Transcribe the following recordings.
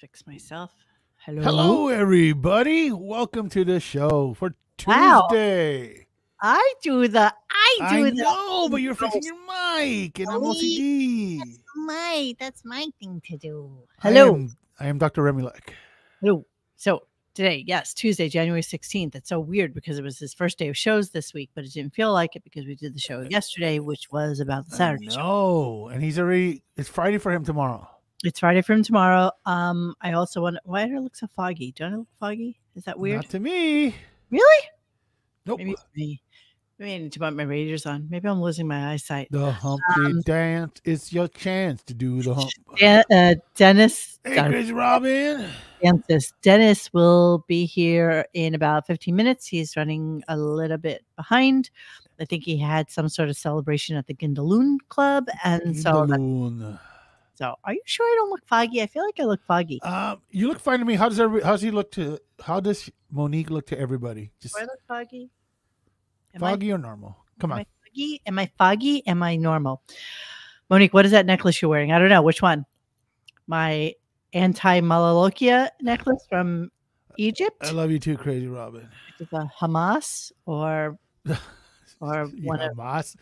fix myself. Hello. Hello, everybody. Welcome to the show for Wow. Tuesday. I do the I do the I know, but you're fixing your mic, and I'm OCD. my that's my thing to do. I Hello. am- I am Dr. Remulek. Hello. So today, yes, Tuesday, January 16th. That's so weird because it was his first day of shows this week, but it didn't feel like it because we did the show yesterday, which was about the Saturday show. No, and he's already. It's Friday for him tomorrow. It's Friday from tomorrow. Um, I also want why do I look so foggy? Do I look foggy? Is that weird? Not to me. Really? Nope. Maybe it's me. Maybe I need to put my readers on. Maybe I'm losing my eyesight. The Humpty Um, Dance. It's your chance to do the hump. Dan- uh, Dennis, Hey, Don- Chris Robin. Dances. Dennis will be here in about 15 minutes. He's running a little bit behind. I think he had some sort of celebration at the Gindaloon Club, and so that- Balloon. so. Are you sure I don't look foggy? I feel like I look foggy. Um, you look fine to me. How does every, how's he look to? How does Monique look to everybody? Just Do I look foggy? Am foggy or normal? Come I, am on. I foggy? Am I foggy? Am I normal? Monique, what is that necklace you're wearing? I don't know which one. My anti-malalokia necklace from Egypt. Uh, I love you too, Crazy Robin. with the Hamas or or You one of Hamas.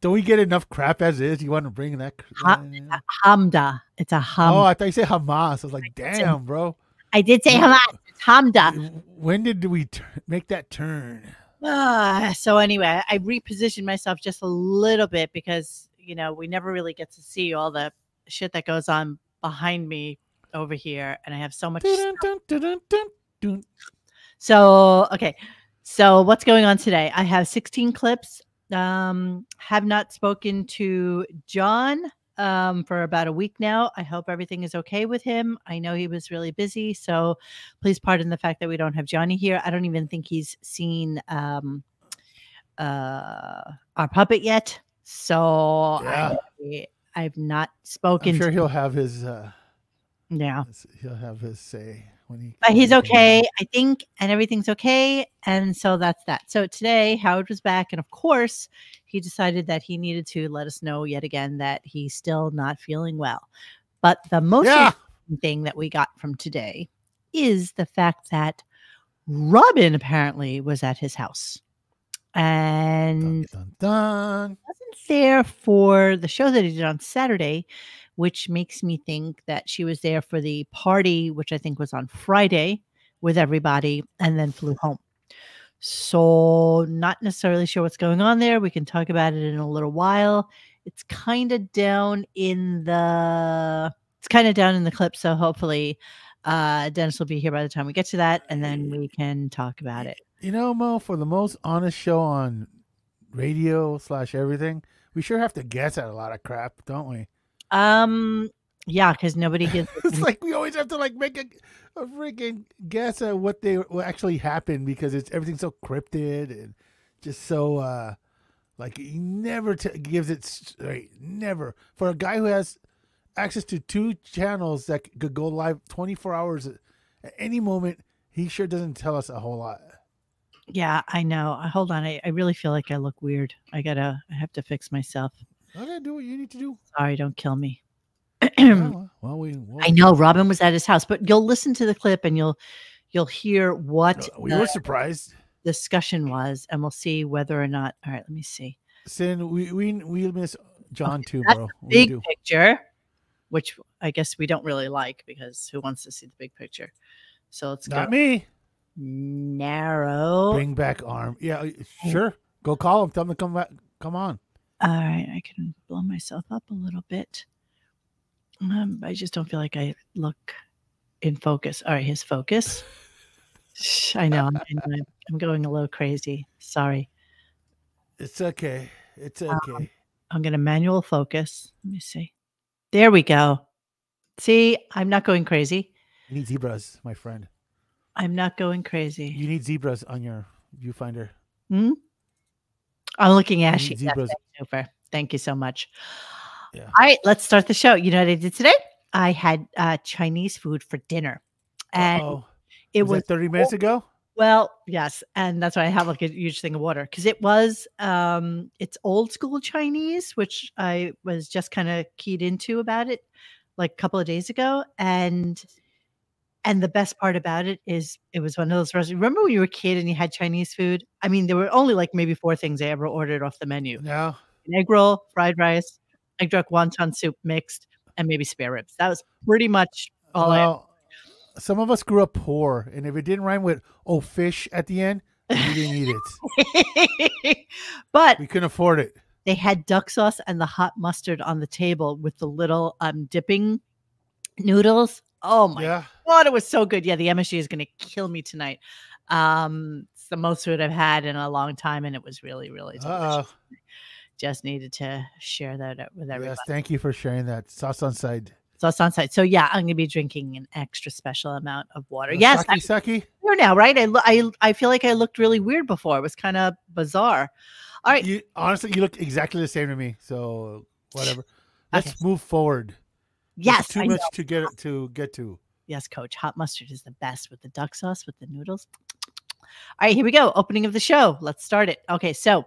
Don't we get enough crap as is? You want to bring that? cr- Ha- um, line a up? Hamda. It's a Ham. oh, I thought you said Hamas. I was like, it's a- damn, bro. I did say no. Hamas. It's Hamda. W- When did we tur- make that turn? Ah, so anyway, I repositioned myself just a little bit because you know we never really get to see all the shit that goes on behind me over here, and I have so much. stuff. Dun-dun-dun-dun-dun. So okay, so what's going on today? I have 16 clips. Um, have not spoken to John um, for about a week now. I hope everything is okay with him. I know he was really busy, so please pardon the fact that we don't have Johnny here. I don't even think he's seen um, uh, our puppet yet. So Yeah. I, I've not I'm spoken. sure to he'll have his uh, now. his- he'll have his say when he. Ah. but when he's he comes in. okay, I think, and everything's okay. And so that's that. So today, Howard was back, and of course, he decided that he needed to let us know yet again that he's still not feeling well. But the most Yeah. important thing that we got from today is the fact that Robin apparently was at his house. And Dun, dun, dun. wasn't there for the show that he did on Saturday, which makes me think that she was there for the party, which I think was on Friday with everybody, and then flew home. So, not necessarily sure what's going on there. We can talk about it in a little while. It's kind of down in the it's kind of down in the clip, so hopefully uh Dennis will be here by the time we get to that and then we can talk about it. You know, Mo, for the most honest show on radio slash everything, we sure have to guess at a lot of crap, don't we? Um yeah, cuz nobody gives us it's like we always have to like make a, a freaking guess at what they what actually happened because it's everything's so cryptid and just so uh like he never t- gives it straight never for a guy who has access to two channels that could go live 24 hours at any moment he sure doesn't tell us a whole lot Yeah, I know. Uh, Hold on. I, I really feel like I look weird. I gotta I have to fix myself. okay do what you need to do Sorry, don't kill me. Oh, well we we'll- Hmm. I know Robin was at his house, but you'll listen to the clip and you'll you'll hear what uh, we the were surprised discussion was and we'll see whether or not all right, let me see. sin we we we miss john too that's bro we Big do picture, which I guess we don't really like because who wants to see the big picture? So let's go not me narrow. Bring back arm. Yeah, uh, sure. Go call him. Tell him to come back. Come on. All right, I can blow myself up a little bit. Um, I just don't feel like I look in focus. All right, his focus. Shh, I know I'm, I know, I'm- I'm going a little crazy. Sorry. It's okay. It's okay. I'm going to manual focus. Let me see. There we go. See, I'm not going crazy. You need zebras, my friend. I'm not going crazy. You need zebras on your viewfinder. Hmm? I'm looking ashy. Yes, zebras. that's Super. Thank you so much. Yeah. All right, let's start the show. You know what I did today? I had uh, Chinese food for dinner. And Oh, it was, was that thirty minutes ago. well, yes, and that's why I have like a huge thing of water because it was um it's old school Chinese, which I was just kind of keyed into about it like a couple of days ago, and And the best part about it is it was one of those restaurants. Remember when you were a kid and you had Chinese food? I mean, there were only like maybe four things I ever ordered off the menu. No. An egg roll, fried rice, egg drunk wonton soup mixed, and maybe spare ribs. That was pretty much all I Well, Uh, some of us grew up poor, and if it didn't rhyme with "oh fish" at the end, we didn't eat it. but We couldn't afford it. they had duck sauce and the hot mustard on the table with the little um dipping noodles. Oh my yeah. god, it was so good. Yeah, the MSG is gonna kill me tonight. Um, it's the most food I've had in a long time, and it was really, really delicious. Uh, Just needed to share that out with everybody. yes. Thank you for sharing that sauce on side. So it's on site. So yeah, I'm gonna be drinking an extra special amount of water. Uh, Yes, I'm Saki saki. here now, right? I, lo- I I feel like I looked really weird before. It was kind of bizarre. All right. You honestly, you look exactly the same to me. So whatever. Let's move forward. There's Yes, Too I much to get to get to. Yes, coach. Hot mustard is the best with the duck sauce, with the noodles. All right, here we go. Opening of the show. Let's start it. Okay, so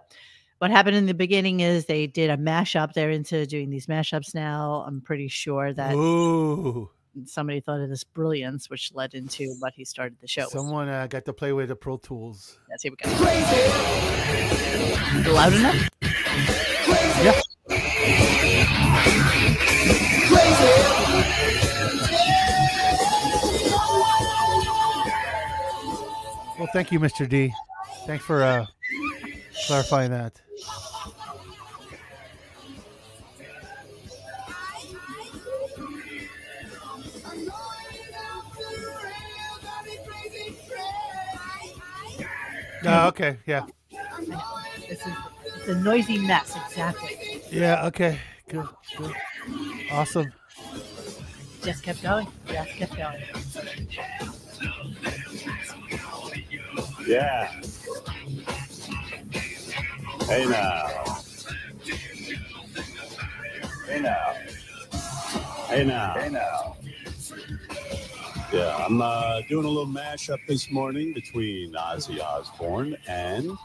what happened in the beginning is they did a mashup. They're into doing these mashups now. I'm pretty sure that Ooh. somebody thought of this brilliance, which led into what he started the show. with. Someone uh, got to play with the Pro Tools. Yes, here we go. Loud enough? Yeah. Well, thank you, Mr. D. Thanks for uh, clarifying that. No, okay, yeah, This is it's a noisy mess, exactly. yeah, okay, good, good, awesome. Just kept going. Just kept going. Yeah. Hey now. Hey now. Hey now. Hey now. Yeah, I'm uh, doing a little mashup this morning between Ozzy Osbourne and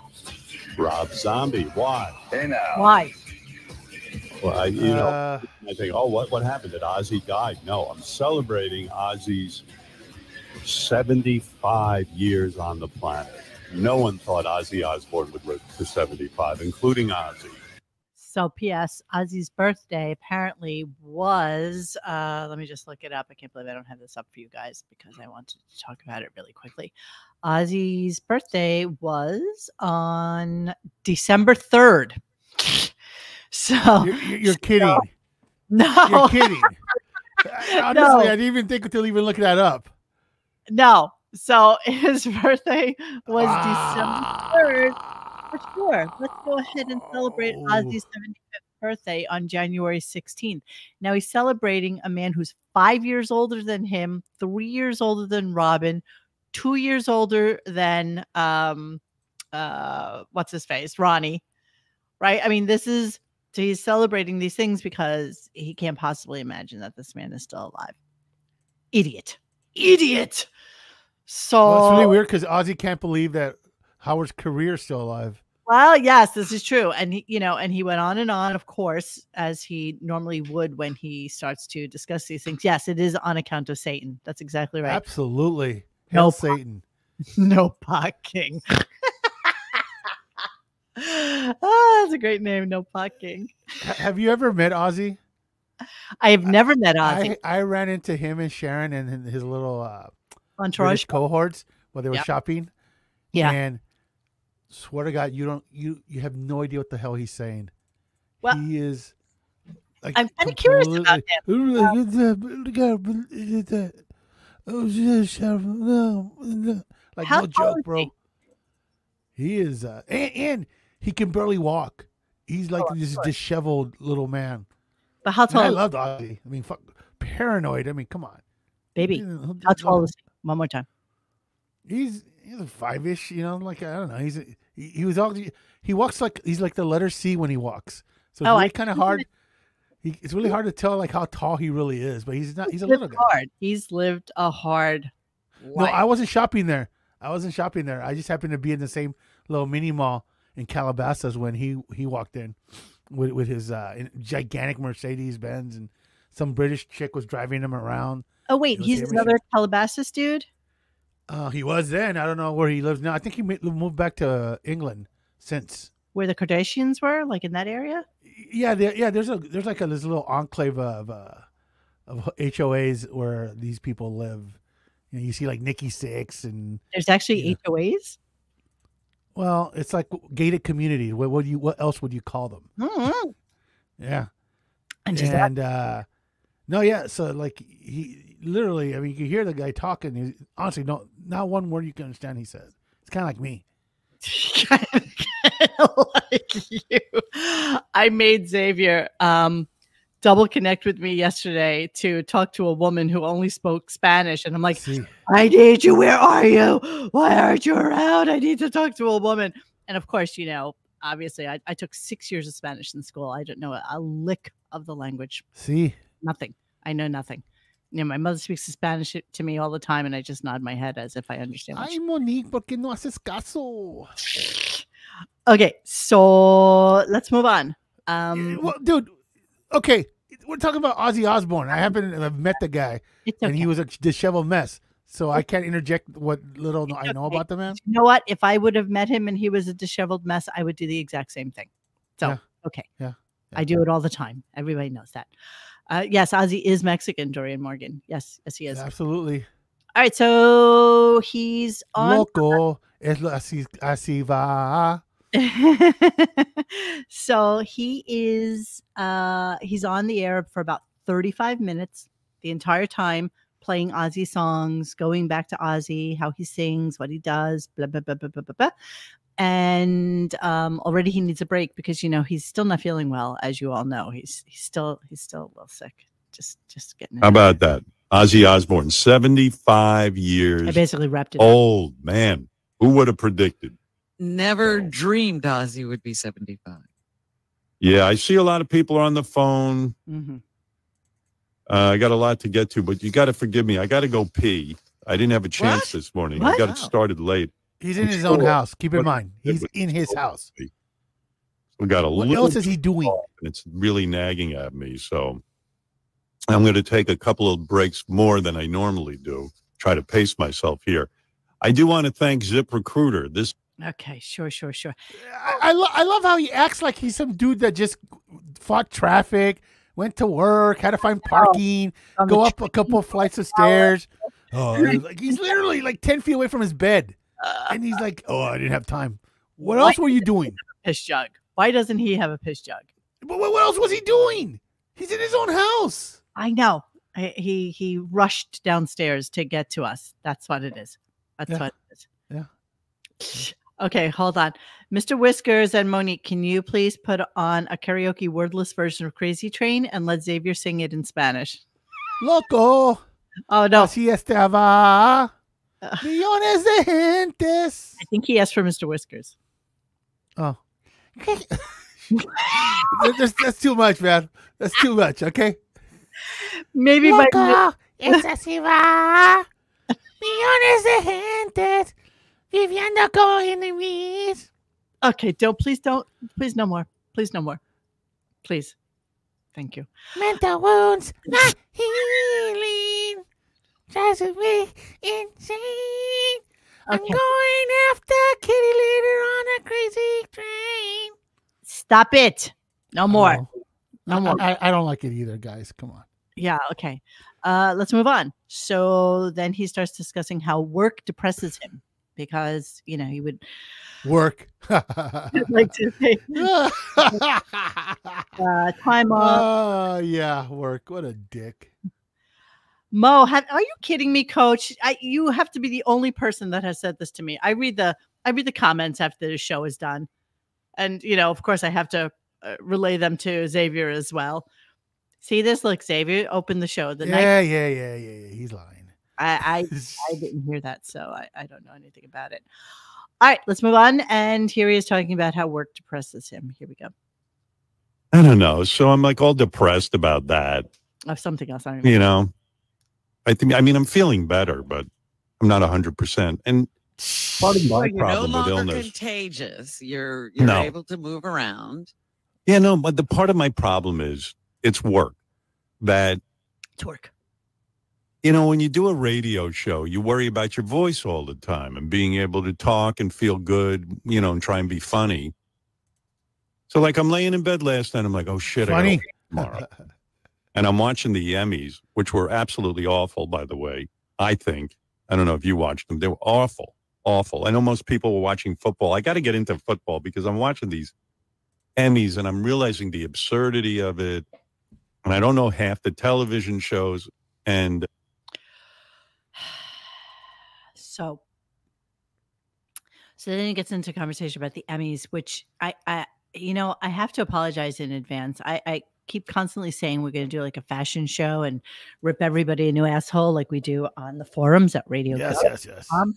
Rob Zombie. Why? Hey now. Why? Well, I, you know, Uh, I think, oh, what, what happened? Did Ozzy die? No, I'm celebrating Ozzy's 75 years on the planet. No one thought Ozzy Osbourne would live to 75, including Ozzy. So, P.S. Ozzy's birthday apparently was. Uh, let me just look it up. I can't believe I don't have this up for you guys because I wanted to talk about it really quickly. Ozzy's birthday was on December third. So you're, you're you're kidding. You're no, kidding. I- Honestly, No. I didn't even think to even look that up. no. So his birthday was December third. For Ah. sure. Let's go ahead and celebrate Oh. Ozzy's 75th birthday on January 16th. Now he's celebrating a man who's five years older than him, three years older than Robin, two years older than um uh what's his face? Ronnie. Right? I mean, this is so he's celebrating these things because he can't possibly imagine that this man is still alive. Idiot. Idiot. So Well, it's really weird because Ozzy can't believe that Howard's career's still alive. Well, yes, this is true. And he, you know, and he went on and on, of course, as he normally would when he starts to discuss these things. Yes, it is on account of Satan. That's exactly right. Absolutely. No Hail pro- Satan. No pot king. oh, that's a great name, No pot king. Ha- Have you ever met Ozzy? Uh, I have never met Ozzy I, I ran into him and Sharon and and his little uh, entourage. British cohorts while they were Yeah. shopping. Yeah. And swear to God, you don't you you have no idea what the hell he's saying. Well, he is. Like, I'm kinda curious about uh, uh, oh, him. Like How no tall is joke, bro. He is, uh, and, and he can barely walk. He's like Oh, of this course. disheveled little man. But how And I tall, loved Ozzy. I mean, fuck, paranoid. I mean, come on. baby? How tall is he? One more time. He's he's a five ish, you know. Like I don't know. He's a, he, he was all he walks like he's like the letter C when he walks. So it's Oh, I really kind of see. hard. He, it's really hard to tell like how tall he really is, but he's not. He's a lived little guy. hard. He's lived a hard No, life. I wasn't shopping there. I wasn't shopping there. I just happened to be in the same little mini mall in Calabasas when he he walked in with with his uh, gigantic Mercedes Benz and some British chick was driving him around. Oh wait, was he's there, another Calabasas dude. Uh, he was then. I don't know where he lives now. I think he ma- moved back to England since. Where the Kardashians were, like in that area. Yeah, there, yeah. There's a there's like a this little enclave of uh, of HOAs where these people live. You, know, you see like Nikki Six and There's actually Yeah. HOAs. well, it's like gated communities. What would you? What else would you call them? Mm-hmm. Yeah. And just and uh no yeah so like he literally i mean you can hear the guy talking he, honestly no not one word you can understand he says it's kind of like me kind of, kind of like you. I made Xavier um, double connect with me yesterday to talk to a woman who only spoke Spanish, and I'm like, See, I need you. Where are you? Why aren't you around? I need to talk to a woman. And of course, you know, obviously, I, I took six years of Spanish in school. I don't know a, a lick of the language. see Nothing. I know nothing. You know, my mother speaks Spanish to me all the time, and I just nod my head as if I understand. What she ay monique porque no haces caso Okay, so let's move on. Um, well dude okay we're talking about ozzy osbourne i happen to have met the guy it's and okay. he was a disheveled mess so i can't interject what little i know okay. about the man you know what? If I would have met him and he was a disheveled mess, I would do the exact same thing. So, Yeah. okay. Yeah. I do it all the time. Everybody knows that. Uh, yes, Ozzy is Mexican, Dorian Morgan. Yes, yes, he is. absolutely All right, so he's on. loco es lo así así va so he is uh he's on the air for about 35 minutes the entire time playing Ozzy songs, going back to Ozzy, how he sings, what he does, blah blah blah blah blah blah. blah. And um, already he needs a break because you know he's still not feeling well, as you all know. He's he's still he's still a little sick. Just just getting. it How out. about that? Ozzy Osbourne, 75 I years basically wrapped it. up. old, Oh, man. Who would have predicted? Never So- dreamed Ozzy would be 75. Yeah, I see a lot of people are on the phone. Mhm. Uh, I got a lot to get to, but you got to forgive me. I got to go pee. I didn't have a chance What? this morning. I What? got it started late. he's in I'm his own sure. house keep in What- mind it he's was in his so- house We got a what little else is he doing off, and it's really nagging at me. So I'm going to take a couple of breaks more than I normally do. Try to pace myself here. I do want to thank Zip Recruiter. This Okay, sure, sure, sure. I, I, lo- I love how he acts like he's some dude that just fought traffic, went to work, had to find parking, On the go tr- up a couple of flights of stairs. Oh, it was like he's literally like ten feet away from his bed, uh, and he's like, "Oh, I didn't have time." What Why else were you doing? piss jug. Why doesn't he have a piss jug? But what, what else was he doing? He's in his own house. I know. I, he he rushed downstairs to get to us. That's what it is. That's Yeah. what it is. Yeah. Okay, hold on. Mr. Whiskers and Monique, can you please put on a karaoke wordless version of Crazy Train and let Xavier sing it in Spanish? Loco, Oh no. así estaba Uh. millones de gentes. I think he asked for Mr. Whiskers. Oh. That- that's, that's too much, man. That's too much. Okay. Maybe by Loco, esa ciudad, millones de gentes viviendo como enemigos. Okay, don't please don't please no more. Please no more. Please. Thank you. Mental wounds, not healing. Drives me insane. I'm Okay. going after Kitty Litter on a crazy train. Stop it. No more. No more. I, I don't like it either, guys. Come on. Yeah, okay. Uh, let's move on. So then he starts discussing how work depresses him because, you know, he would Work. like to take oh, uh, time off. yeah, work. What a dick. Mo, have, are you kidding me, coach? I, you have to be the only person that has said this to me. I read the I read the comments after the show is done. And, you know, of course, I have to uh, relay them to Xavier as well. See this? Look, Xavier opened the show the night. yeah, yeah, yeah, yeah, yeah. He's lying. I, I I didn't hear that, so I, I don't know anything about it. All right, let's move on. And here he is talking about how work depresses him. Here we go. I don't know. So I'm like all depressed about that. Of Oh, something else. I don't even You know, I think, I mean, I'm feeling better, but I'm not 100%. And part of my You're problem no with longer illness. contagious. You're you're No. able to move around. yeah, no, but the part of my problem is it's work that Twerk. you know, when you do a radio show, you worry about your voice all the time and being able to talk and feel good, you know, and try and be funny. So, like, I'm laying in bed last night. I'm like, oh shit, I gotta Funny. work tomorrow. and I'm watching the Emmys, which were absolutely awful, by the way. I think. I don't know if you watched them. They were awful, awful. I know most people were watching football. I got to get into football because I'm watching these Emmys and I'm realizing the absurdity of it. And I don't know half the television shows. And So, so then it gets into conversation about the Emmys, which I, I, you know, I have to apologize in advance. I, I keep constantly saying we're going to do like a fashion show and rip everybody a new asshole, like we do on the forums at Radio. Yes, Go. yes, yes. Um,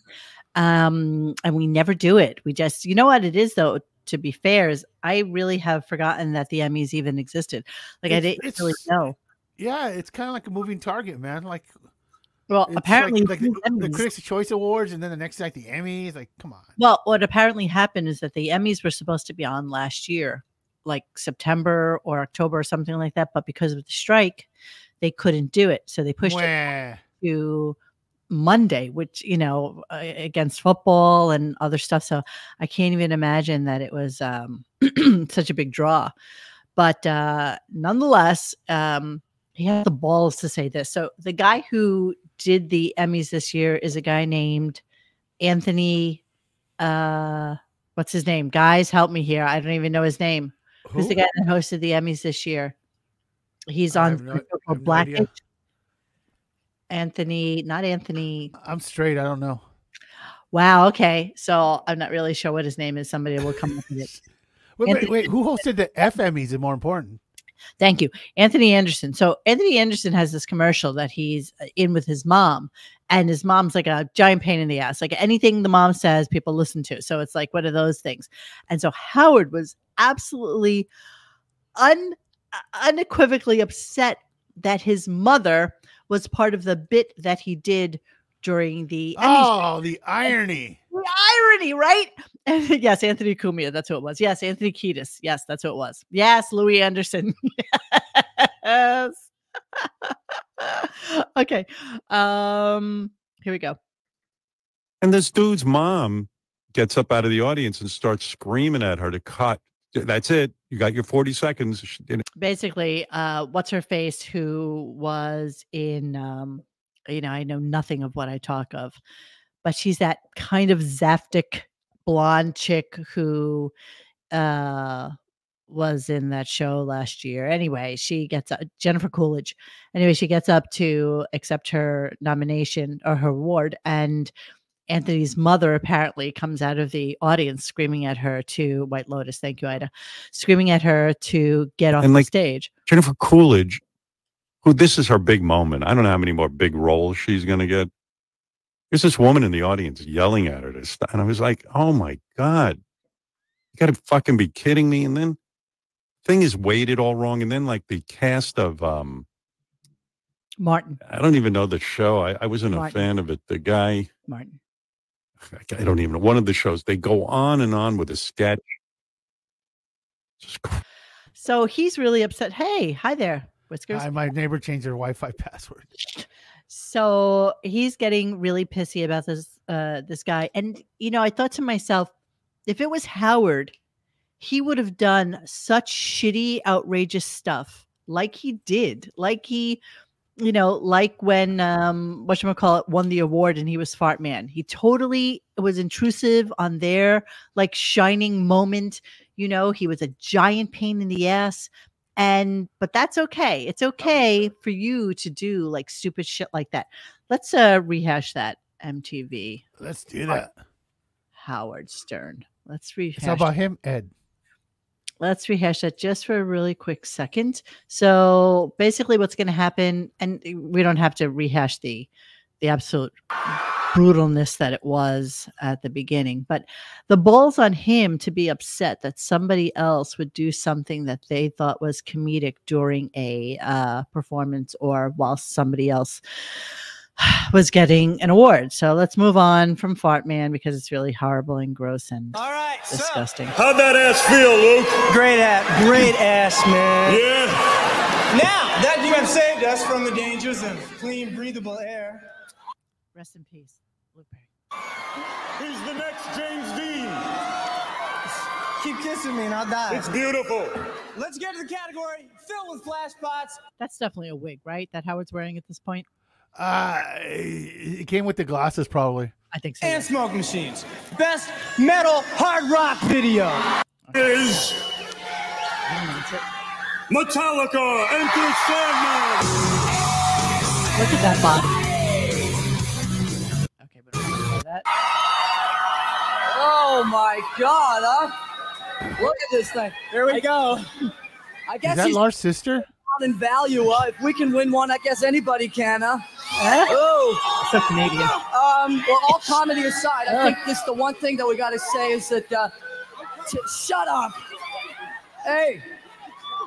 um, and we never do it. We just, you know what it is though. To be fair, is I really have forgotten that the Emmys even existed. Like I It's- didn't really it's- know. Yeah, it's kind of like a moving target, man. Like Well, it's like- apparently, like, these the, the Emmys- Critics' Choice Awards, and then the next night the Emmys. Like, come on. Well, what apparently happened is that the Emmys were supposed to be on last year, like September or October or something like that. But because of the strike, they couldn't do it. So they pushed it Wah. to Monday, which, you know, uh, against football and other stuff. So I can't even imagine that it was um, such a big draw. But uh, nonetheless, um, he had the balls to say this. So the guy who did the Emmys this year is a guy named Anthony. Uh, what's his name? Guys, help me here. I don't even know his name. Who's Who? the guy that hosted the Emmys this year? He's I on have no- Black. I have no Blackish. idea. Anthony, not Anthony. I'm straight. I don't know. Wow. Okay. So I'm not really sure what his name is. Somebody will come up with it. Wait, wait, Anthony- wait. Who hosted the FMEs? Is more important. Thank you. Anthony Anderson. So Anthony Anderson has this commercial that he's uh, in with his mom, and his mom's like a giant pain in the ass. Like anything the mom says, people listen to. So it's like one of those things. And so Howard was absolutely un uh, unequivocally upset that his mother was part of the bit that he did during the Emmy Oh, the irony. the irony, right? yes, Anthony Cumia, that's who it was. Yes, Anthony Kiedis, yes, that's who it was. Yes, Louis Anderson. yes. okay. Um, here we go. and this dude's mom gets up out of the audience and starts screaming at her to cut. That's it. You got your 40 seconds. She- and Basically, uh, what's her face who was in um, you know, I know nothing of what I talk of, but she's that kind of zaftic blonde chick who uh was in that show last year. Anyway, she gets up, Jennifer Coolidge. Anyway, she gets up to accept her nomination or her award, and Anthony's mother apparently comes out of the audience screaming at her to White Lotus. Thank you, Ida. Screaming at her to get off And, the like, stage. Jennifer Coolidge, who this is her big moment. I don't know how many more big roles she's going to get. There's this woman in the audience yelling at her to stop. And I was like, oh my God, you got to fucking be kidding me. And then thing is weighted all wrong. And then like the cast of, um, Martin, I don't even know the show. I, I wasn't a Martin. fan of it. The guy, Martin. I don't even know. One of the shows, they go on and on with a sketch. Just cr- So he's really upset. Hey, hi there, Whiskers. I, my neighbor changed their Wi-Fi password. So he's getting really pissy about this uh this guy. And you know, I thought to myself, if it was Howard, he would have done such shitty, outrageous stuff like he did. Like he, you know, like when um whatchamacallit won the award and he was fart man. He totally was intrusive on their like shining moment. You know, he was a giant pain in the ass. And but that's okay. It's okay for you to do like stupid shit like that. Let's uh rehash that MTV Let's do that. Howard Stern. Let's It's all rehash about him, Ed. let's rehash that just for a really quick second. So basically, what's going to happen, and eh, we don't have to rehash the the absolute brutalness that it was at the beginning, but the balls on him to be upset that somebody else would do something that they thought was comedic during a uh, performance or while somebody else was getting an award. So let's move on from Fart Man because it's really horrible and gross and All right, so- disgusting. How'd that ass feel, Luke? Great ass, great ass, man. Yeah. Now, That you have saved us from the dangers of clean, breathable air. Rest in peace, Luke Perry. He's the next James Dean. Keep kissing me and I'll die. It's beautiful. Let's get to the category filled with flashbots. That's definitely a wig, right? That Howard's wearing at this point. Uh, it came with the glasses, probably. I think so. yeah. and smoke machines. Best metal hard rock video. Is Metallica Enter Sandman. Look at that body. Okay, but I'm gonna ignore that. Oh my god, huh? Look at this thing. There we go. I Is guess that he's Lars' sister? down in value. Uh, if we can win one, I guess anybody can, huh? Oh, So Canadian. Uh, um, well, all comedy aside, I think this the one thing that we got to say is that uh, t- shut up. Hey,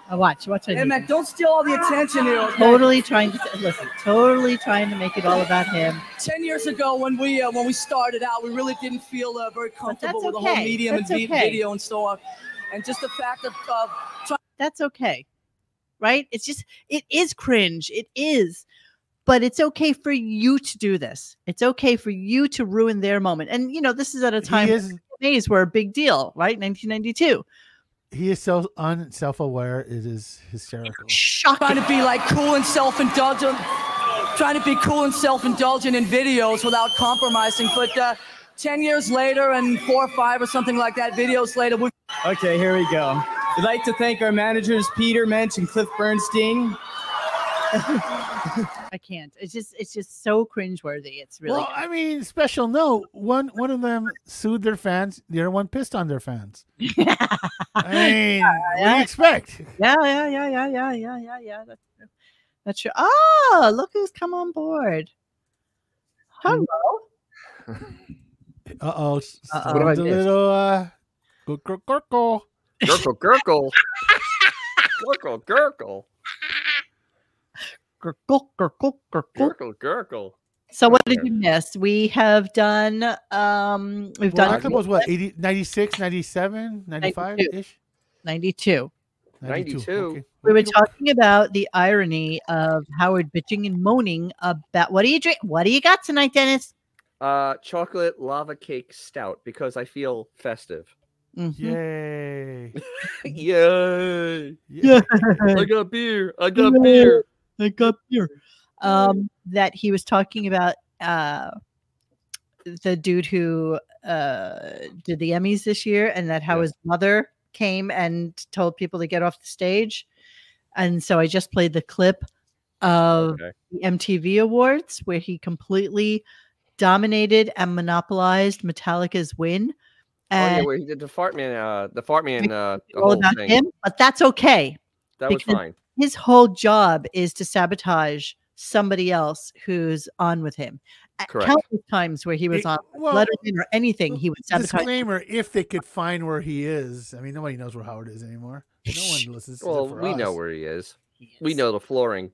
Oh, watch, watch. I hey, do. man, don't steal all the attention here. okay? Totally trying to listen. Totally trying to make it all about him. Ten years ago, when we uh, when we started out, we really didn't feel uh, very comfortable with the whole okay. medium That's and vi- okay. video and so on, and just the fact of uh, that's okay right it's just it is cringe it is but it's okay for you to do this it's okay for you to ruin their moment and you know this is at a time He is days were a big deal right 1992 he is so unself-aware. It is hysterical. trying shocking to be like cool and self-indulgent, trying to be cool and self-indulgent in videos without compromising. But uh, ten years later, and four or five or something like that, videos later, we Okay, here we go. We'd like to thank our managers Peter Mensch and Cliff Bernstein. i can't it's just it's just so cringeworthy it's really well, I mean, special note: one one of them sued their fans, the other one pissed on their fans. I mean, what do you expect? yeah yeah yeah yeah yeah yeah yeah yeah that's true that's true oh look who's come on board hello Uh oh, Uh-oh. sounds a little uh, gurgle, gurgle. Gurgle, gurgle. gurgle, gurgle. gurgle gurgle gurgle Gurgle, gurgle. So what did you miss? We have done um we've Well, done October was what 80, 96, 97, 95 ish, 92. 92. We were talking about the irony of Howard bitching and moaning about what do you drink? What do you got tonight, Dennis? Uh, chocolate lava cake stout because I feel festive. Mhm. Yay! Yay! Yeah. I got beer. I got beer. I got beer. Mm-hmm. Um, that he was talking about uh, the dude who uh, did the Emmys this year, and that how Yeah. his mother came and told people to get off the stage. And so I just played the clip of Okay. the MTV Awards where he completely dominated and monopolized Metallica's win. Oh yeah, And where he did the fart man. Uh, the fart man. Uh, the all whole about thing. him, but that's okay That was because- fine. his whole job is to sabotage somebody else who's on with him. At Correct. Countless times where he was It- on well, Letterman or anything, he would sabotage. Disclaimer: If they could find where he is, I mean, nobody knows where Howard is anymore. No one listens. except Well, for we know us. where he is. We know the flooring.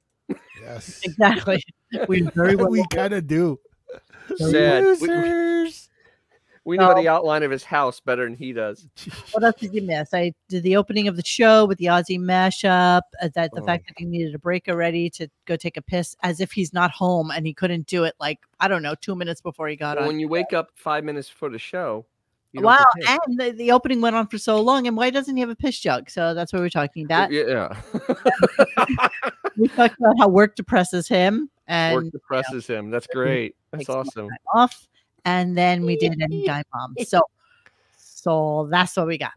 Yes, Exactly. we very well. we kind of do. Sad. We- we- Losers. We know No. the outline of his house better than he does. What else did you miss? I did the opening of the show with the Aussie mashup. uh, That the Oh. fact that he needed a break already to go take a piss, as if he's not home and he couldn't do it. Like I don't know, two minutes before he got on. when you wake up five minutes for the show. you don't Wow, get and the, the opening went on for so long, and why doesn't he have a piss jug? So that's what we're talking about. paid. yeah. we talked about how work depresses him and Work depresses him. That's great. That's takes more awesome. time off. And then we did any guy mom. So so that's what we got.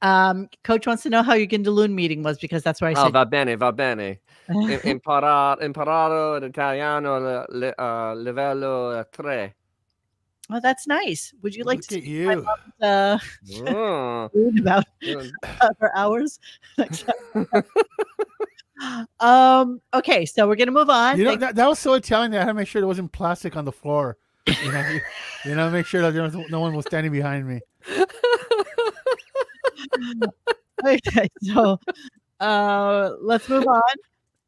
Um, coach wants to know how your Gindaloon meeting was because that's where I Oh, said va bene, va bene. Im- Imparato, imparato in Italiano le, le, uh, livello tre. Oh, that's nice. Would you like Look to at you. uh Mm. read about Mm. for hours? um, okay, so we're gonna move on. You know Thank- that, that was so Italian. That I had to make sure there wasn't plastic on the floor. You know, you know make sure that there was, no one was standing behind me. okay, so uh, let's move on.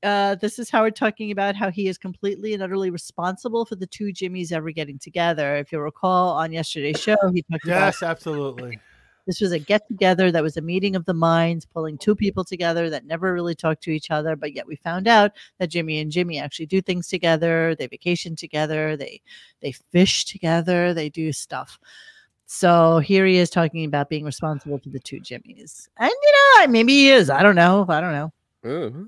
Uh, this is Howard talking about how he is completely and utterly responsible for the two Jimmys ever getting together. If you recall, on yesterday's show, he talked about Yes, absolutely. This was a get together that was a meeting of the minds, pulling two people together that never really talked to each other. But yet we found out that Jimmy and Jimmy actually do things together. They vacation together. They they fish together. They do stuff. So here he is talking about being responsible for the two Jimmys, and you know maybe he is. I don't know. I don't know. oh,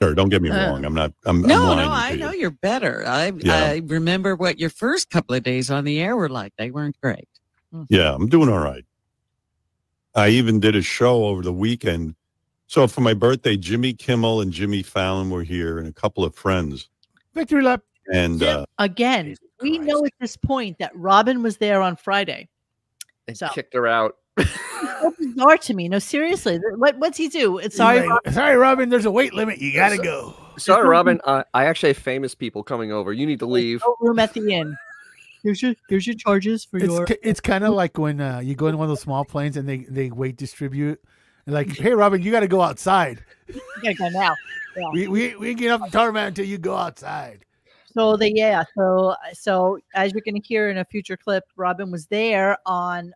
Sure, don't get me Uh, wrong. I'm not. I'm I'm No, lying no, I to you. know you're better. I Yeah. I remember what your first couple of days on the air were like. They weren't great. Yeah, I'm doing all right. I even did a show over the weekend. So for my birthday, Jimmy Kimmel and Jimmy Fallon were here, and a couple of friends. Victory lap. And Yeah. uh, Again, Jesus we Christ. know at this point that Robin was there on Friday. They So- kicked her out. So bizarre to me. No, seriously. th- What what's he do? It's sorry. He's Rob- like, sorry, Robin. There's a weight limit. You gotta So- go. Sorry, Robin. Uh, I actually have famous people coming over. You need to leave. No room at the inn. Here's your here's your charges for It's your ki- it's kind of like when uh, you go in one of those small planes and they they weight distribute. And like, hey, Robin, you gotta go outside. you gotta go now. We we we ain't getting off the tarmac until you go outside. So the yeah, so so as you're gonna hear in a future clip, Robin was there on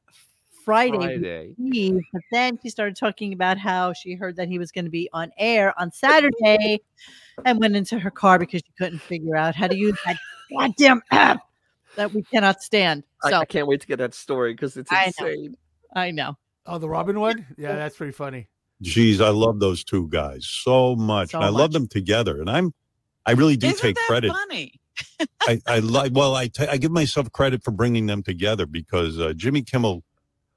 Friday. Friday. Eve, But then she started talking about how she heard that he was going to be on air on Saturday and went into her car because she couldn't figure out how to use that goddamn app that we cannot stand. I, So I can't wait to get that story because it's I know. insane. I know. Oh, the Robin one? Yeah, that's pretty funny. geez, I love those two guys so much. So and I love much. them together. And I'm, I really do Isn't take that credit. funny? I, I like. Well, I ta- I give myself credit for bringing them together because uh, Jimmy Kimmel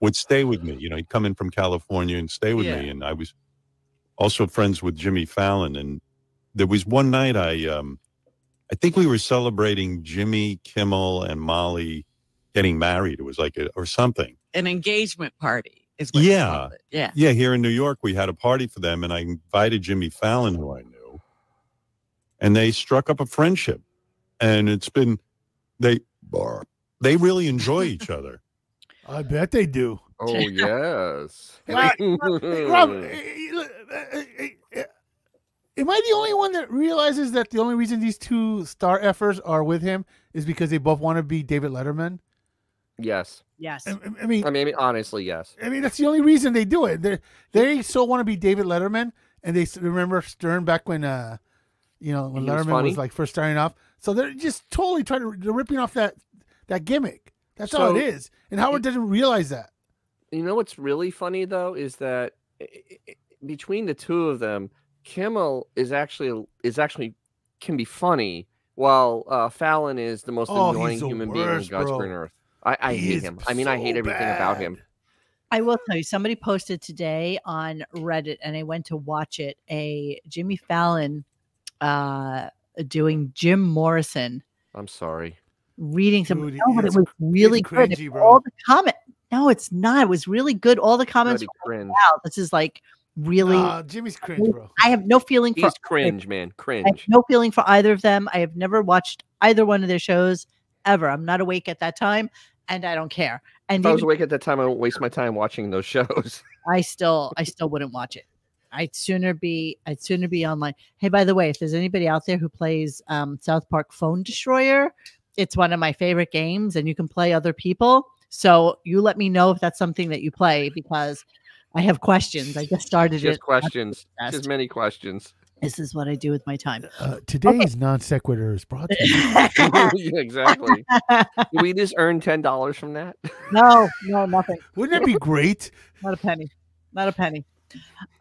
would stay with me. You know, he'd come in from California and stay with me, Yeah. and I was also friends with Jimmy Fallon. And there was one night I, um, I think we were celebrating Jimmy Kimmel and Molly getting married. It was like a, or something. An engagement party is what you Yeah. call it. Yeah. Yeah, here in New York, we had a party for them, and I invited Jimmy Fallon, who I knew, and they struck up a friendship. And it's been they they really enjoy each other. I bet they do. Oh yes. Hey, Rob- Hey, Robin, Mm. eh, eh, look, eh, eh, eh, eh, am I the only one that realizes that the only reason these two star effers are with him is because they both want to be David Letterman? yes. Yes. I, I- I mean, I mean, I mean, honestly, yes. I mean, that's the only reason they do it. They they so want to be David Letterman, and they s- remember Stern back when, uh, you know, when He was Letterman was, funny. like first starting off. So they're just totally trying to they're ripping off that that gimmick. That's all So- it is. And Howard doesn't realize that. You know what's really funny though is that i- i- i- between the two of them, Kimmel is actually is actually can be funny, while uh, Fallon is the most Oh, he's annoying the human being on worst, God's bro. green earth. I, I He hate is him. I mean, I hate so everything about him. bad. I will tell you, somebody posted today on Reddit, and I went to watch it. A Jimmy Fallon uh, doing Jim Morrison I'm sorry. reading some. Dude, no, but it it's- was really good. cringy, bro. All the comment. No, it's not. It was really good. All the comments. Bloody cringe. were, Wow, this is like really. Nah, Oh, Jimmy's cringe, bro. Uh, I have no feeling for. He's cringe, man. I have Cringe. no feeling for either of them. I have never watched either one of their shows ever. I'm not awake at that time, and I don't care. And If I was even- awake at that time, I wouldn't waste my time watching those shows. I still I still wouldn't watch it. I'd sooner be I'd sooner be online. Hey, by the way, if there's anybody out there who plays um, South Park Phone Destroyer, it's one of my favorite games, and you can play other people. So you let me know if that's something that you play because I have questions. I just started Just it. questions. obsessed. Just many questions. This is what I do with my time. Uh, today's non sequitur is brought to you. Yeah, exactly. Did we just earn ten dollars from that? no, no, nothing. Wouldn't that be great? Not a penny. Not a penny.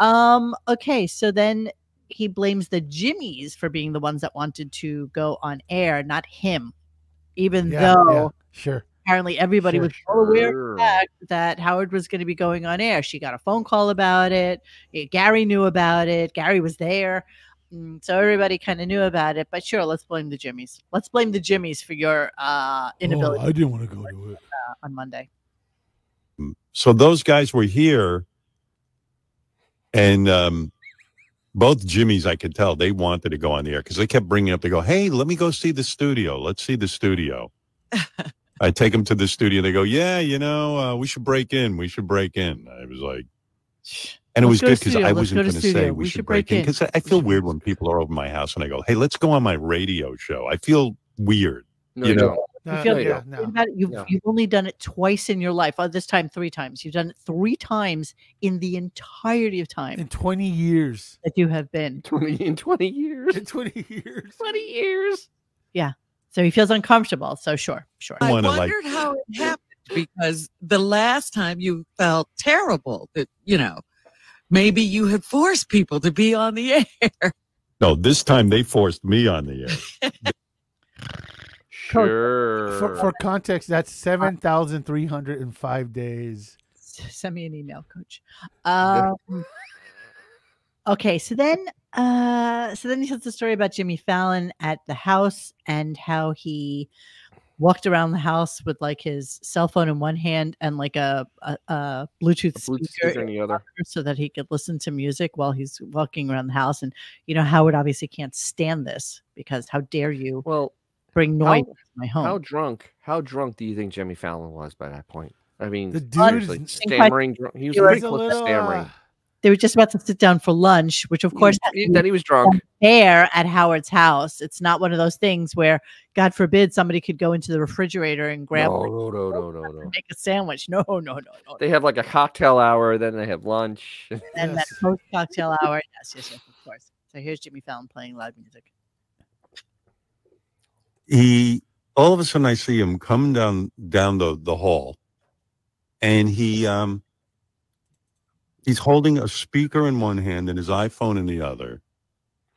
Um, okay, so then he blames the Jimmies for being the ones that wanted to go on air, not him. Even Yeah, though yeah, sure. apparently everybody Sure, was well aware of the Sure. fact that Howard was going to be going on air. She got a phone call about it. Eh, Gary knew about it. Gary was there. Mm, So everybody kind of knew about it. But sure, let's blame the Jimmies. Let's blame the Jimmies for your uh Oh, inability I didn't want to go to it. on Monday. So those guys were here, and um, both Jimmys, I could tell they wanted to go on the air because they kept bringing up. They go, "Hey, let me go see the studio. Let's see the studio." I take them to the studio. They go, "Yeah, you know, uh, we should break in. We should break in." I was like. And it Let's was go to good because studio. I Let's wasn't go to going to say studio. we should break in because I, I feel weird when people are over my house and I go, "Hey, let's go on my radio show." I feel weird. No, You you know, don't. You No, feel no, yeah, Think no. about it, You've, No. you've only done it twice in your life. Oh, this time, three times. You've done it three times in the entirety of time In 20 years. that you have been. 20 in 20 years. In 20 years. 20 years. So he feels uncomfortable. So sure, sure. I Wanna, like- wondered how it happened because the last time you felt terrible that, you know, maybe you had forced people to be on the air. No, this time they forced me on the air. Sure. For, for context, that's 7,305 days. Send me an email, coach. Um, okay, so then uh so then he tells the story about Jimmy Fallon at the house and how he walked around the house with like his cell phone in one hand and like a a, a Bluetooth, Bluetooth speaker speaker in the other. so that he could listen to music while he's walking around the house. And you know, Howard obviously can't stand this because how dare you Well, bring how, noise to my home? how drunk, how drunk do you think Jimmy Fallon was by that point? I mean, The dude seriously, is think I- stammering drunk. He was he was pretty he's a close to little, stammering. uh, they were just about to sit down for lunch, which Mm, of course had to He- be then he was drunk. there at Howard's house. It's not one of those things where, God forbid, somebody could go into the refrigerator and grab No, like, no, no, no, no, no. make a sandwich. No, no, no, no. They have like a cocktail hour, then they have lunch. and that Yes. post cocktail hour. Yes, yes, yes, of course. So here's Jimmy Fallon playing loud music. he all of a sudden I see him come down down the the hall, and he um he's holding a speaker in one hand and his iPhone in the other,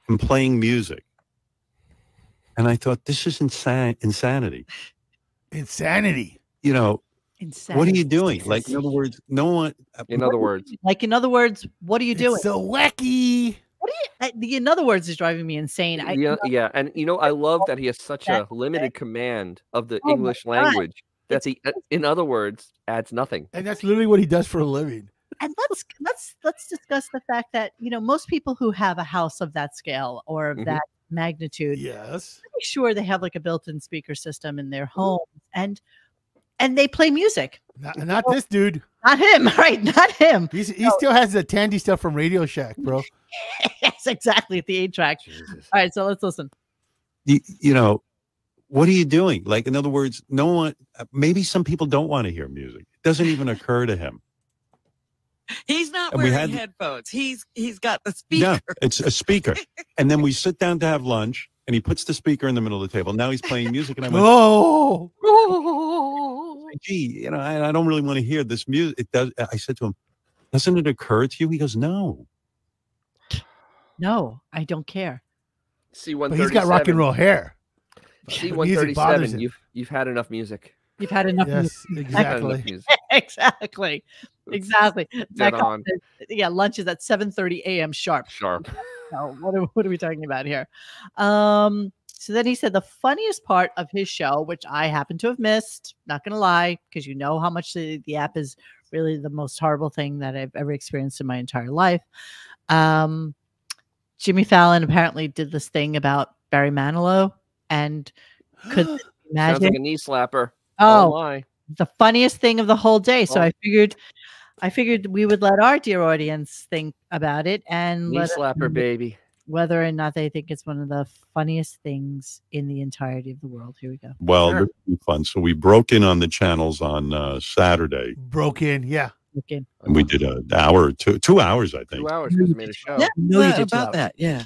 and playing music. And I thought this is insan- insanity. insanity. You know Insane. what are you doing? Like in other words, no one. uh, In other words, Like in other words, what are you It's doing? so wacky. I- the- in other words, is driving me insane. I, yeah, yeah, and you know, I love that he has such a limited command of the Oh my English God. language. That's he, uh, in other words, adds nothing. And that's literally what he does for a living. and let's let's let's discuss the fact that you know most people who have a house of that scale or of Mhm. that magnitude Yes. pretty sure they have like a built-in speaker system in their Mm-hmm. home and and they play music Not, not this dude. not him right not him He's, he still has the Tandy stuff from Radio Shack, bro. yes exactly at the eight track all right so let's listen You, you know what are you doing? Like in other words, no one. uh, Maybe some people don't want to hear music. It doesn't even occur to him. He's not And we wearing had- headphones. He's he's got the No, speaker. it's a speaker. and then we sit down to have lunch, and he puts the speaker in the middle of the table. Now he's playing music, and I'm like, Oh, gee, you know, I, I don't really want to hear this music. It does. I said to him, doesn't it occur to you? He goes, no. no i don't care C one but thirty he's seven. got rock and roll hair. C But one music thirty bothers seven. him. You've you've had enough music. you've had enough music. Yes, You've had enough exactly. music. exactly It's exactly Dead Back off. on yeah lunch is at 7 30 a.m sharp sharp. No, Oh, what are, what are we talking about here? Um, so then he said the funniest part of his show, which I happen to have missed, not gonna lie, because you know how much the, the app is really the most horrible thing that I've ever experienced in my entire life. Um, Jimmy Fallon apparently did this thing about Barry Manilow and could Sounds like imagine. a knee slapper. oh, my. the funniest thing of the whole day. So Oh. I figured, I figured we would let our dear audience think about it and knee let us know slapper, baby. whether or not they think it's one of the funniest things in the entirety of the world. Here we go. Well, Sure. this will be fun. So we broke in on the channels on uh, Saturday, Broke in. Yeah. Look in. and we did an hour or two, two hours, I think. Two hours because we made a show. Yeah, No, you well, did about not. that. Yeah,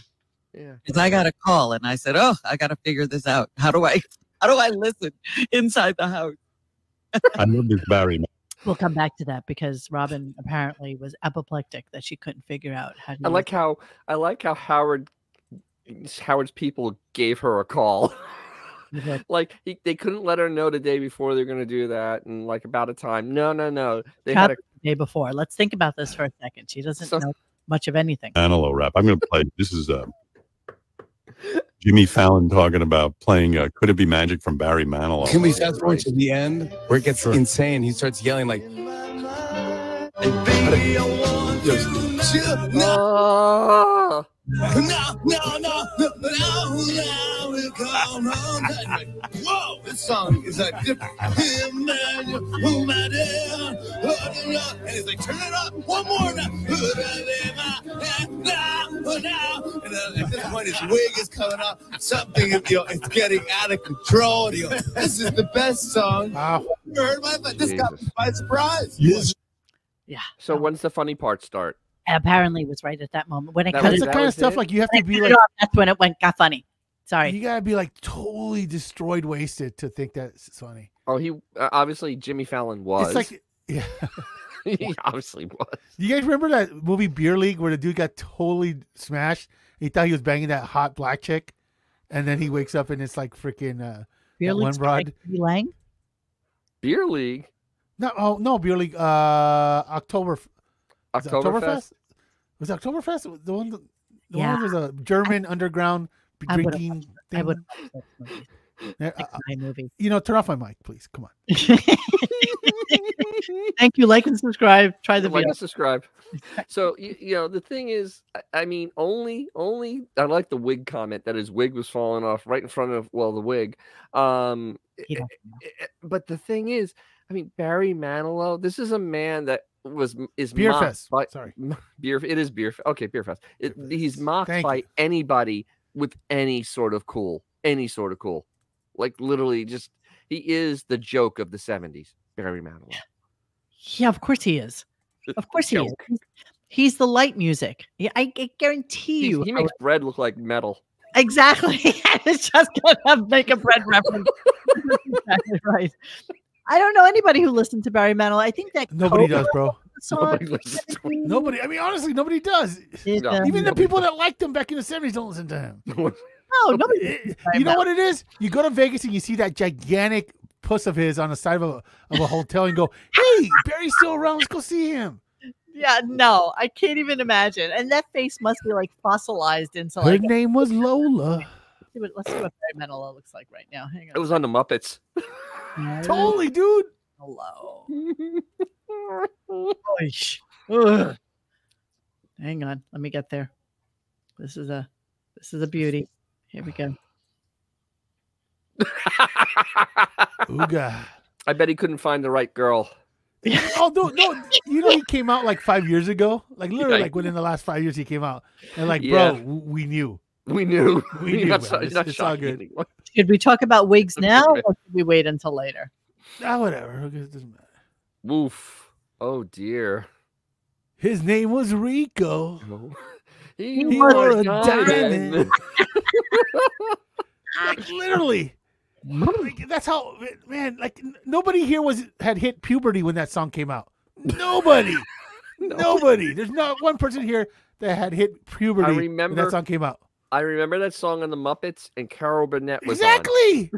Yeah. 'Cause I got a call and I said, "Oh, I got to figure this out. How do I how do I listen inside the house?" I love this Barry. man. We'll come back to that because Robin apparently was apoplectic that she couldn't figure out how to. I use- like how I like how Howard Howard's people gave her a call. Mhm. like he, they couldn't let her know the day before they're going to do that, and like about a time. No, no, no. They had a, Chop- the day before. Let's think about this for a second. She doesn't So- know much of anything. Manilow rap. I'm going to play. This is uh, Jimmy Fallon talking about playing uh, Could It Be Magic from Barry Manilow. Can we fast forward to the end where it gets insane? He starts yelling like, Ah! no, no, no, no, no, we'll come home. Whoa, this song is like different. And he's like, turn it up one more time. Well, now, and uh, at this point, his wig is coming off. Something, is, you know, it's getting out of control. You know, this is the best song Wow. I've ever heard in my life. This got me Jesus. by surprise. Yeah. So when's the funny part start? apparently it was right at that moment when I That cut That's it, the that kind of was stuff it? like you have when I to be cut it like off, that's when it went got funny. Sorry. you gotta be like totally destroyed, wasted to think that's funny. Oh, he uh, obviously Jimmy Fallon was. It's like yeah. he obviously was. You guys remember that movie Beer League where the dude got totally smashed? He thought he was banging that hot black chick, and then he wakes up and it's like freaking uh, Beer that one League's by broad. Katie Lang. Beer League, no oh no Beer League uh October is it Oktoberfest. was it Oktoberfest the one the, the Yeah. one was a German underground b- I would've drinking I thing. would like Uh, uh, my movie. you know, turn off my mic, please. Come on. Thank you. Like and subscribe. Try the like video. and subscribe. So you, you know the thing is, I, I mean, only only I like the wig comment that his wig was falling off right in front of well the wig. Um, He don't eh, eh, but the thing is, I mean Barry Manilow. This is a man that was m- is Beer mocked fest. by- Sorry. beer. It is beer. fe- Okay, beer fest. It, Beer he's fest. mocked Thank by you. anybody with any sort of cool, any sort of cool. Like literally, just he is the joke of the '70s. Barry Manilow. Yeah, of course he is. Of course he is. He's, he's the light music. Yeah, I, I guarantee He's- you. he I makes bread look like metal. Exactly. it's just gonna make a bread reference. exactly right. I don't know anybody who listened to Barry Manilow. I think that Nobody Cobra does, bro. song Nobody listens to Nobody. I mean, honestly, nobody does. is, No. uh, Even the Nobody people that liked him back in the 70s don't listen to him. No one- no, nobody. It- Time you know out. what it is? You go to Vegas and you see that gigantic puss of his on the side of a of a hotel and go, "Hey, Barry's still around. Let's go see him." Yeah, no, I can't even imagine. And that face must be like fossilized into Her like. Let's name was Lola. see what, let's see what Barry Manilow looks like right now. Hang It on. was on the Muppets. Totally, dude. Hello. Oish. Ugh. Hang on, let me get there. This is a this is a beauty. Here we go. Ooga. I bet he couldn't find the right girl. Oh no, no. You know he came out like five years ago. Like literally, Yeah. like within the last five years, he came out. And like, Yeah. bro, w- we knew. We knew. We knew, That's man. not- It's- not it's all shocking good. anymore. Should we talk about wigs Okay. now, or should we wait until later? Ah, whatever. Who cares? It doesn't matter. Woof. Oh dear. His name was Rico. He was was a diamond. diamond. Like literally. Like, that's how man. Like n- nobody here was had hit puberty when that song came out. Nobody, nobody. There's not one person here that had hit puberty when remember- that song came out. I remember that song on the Muppets, and Carol Burnett was on. Exactly.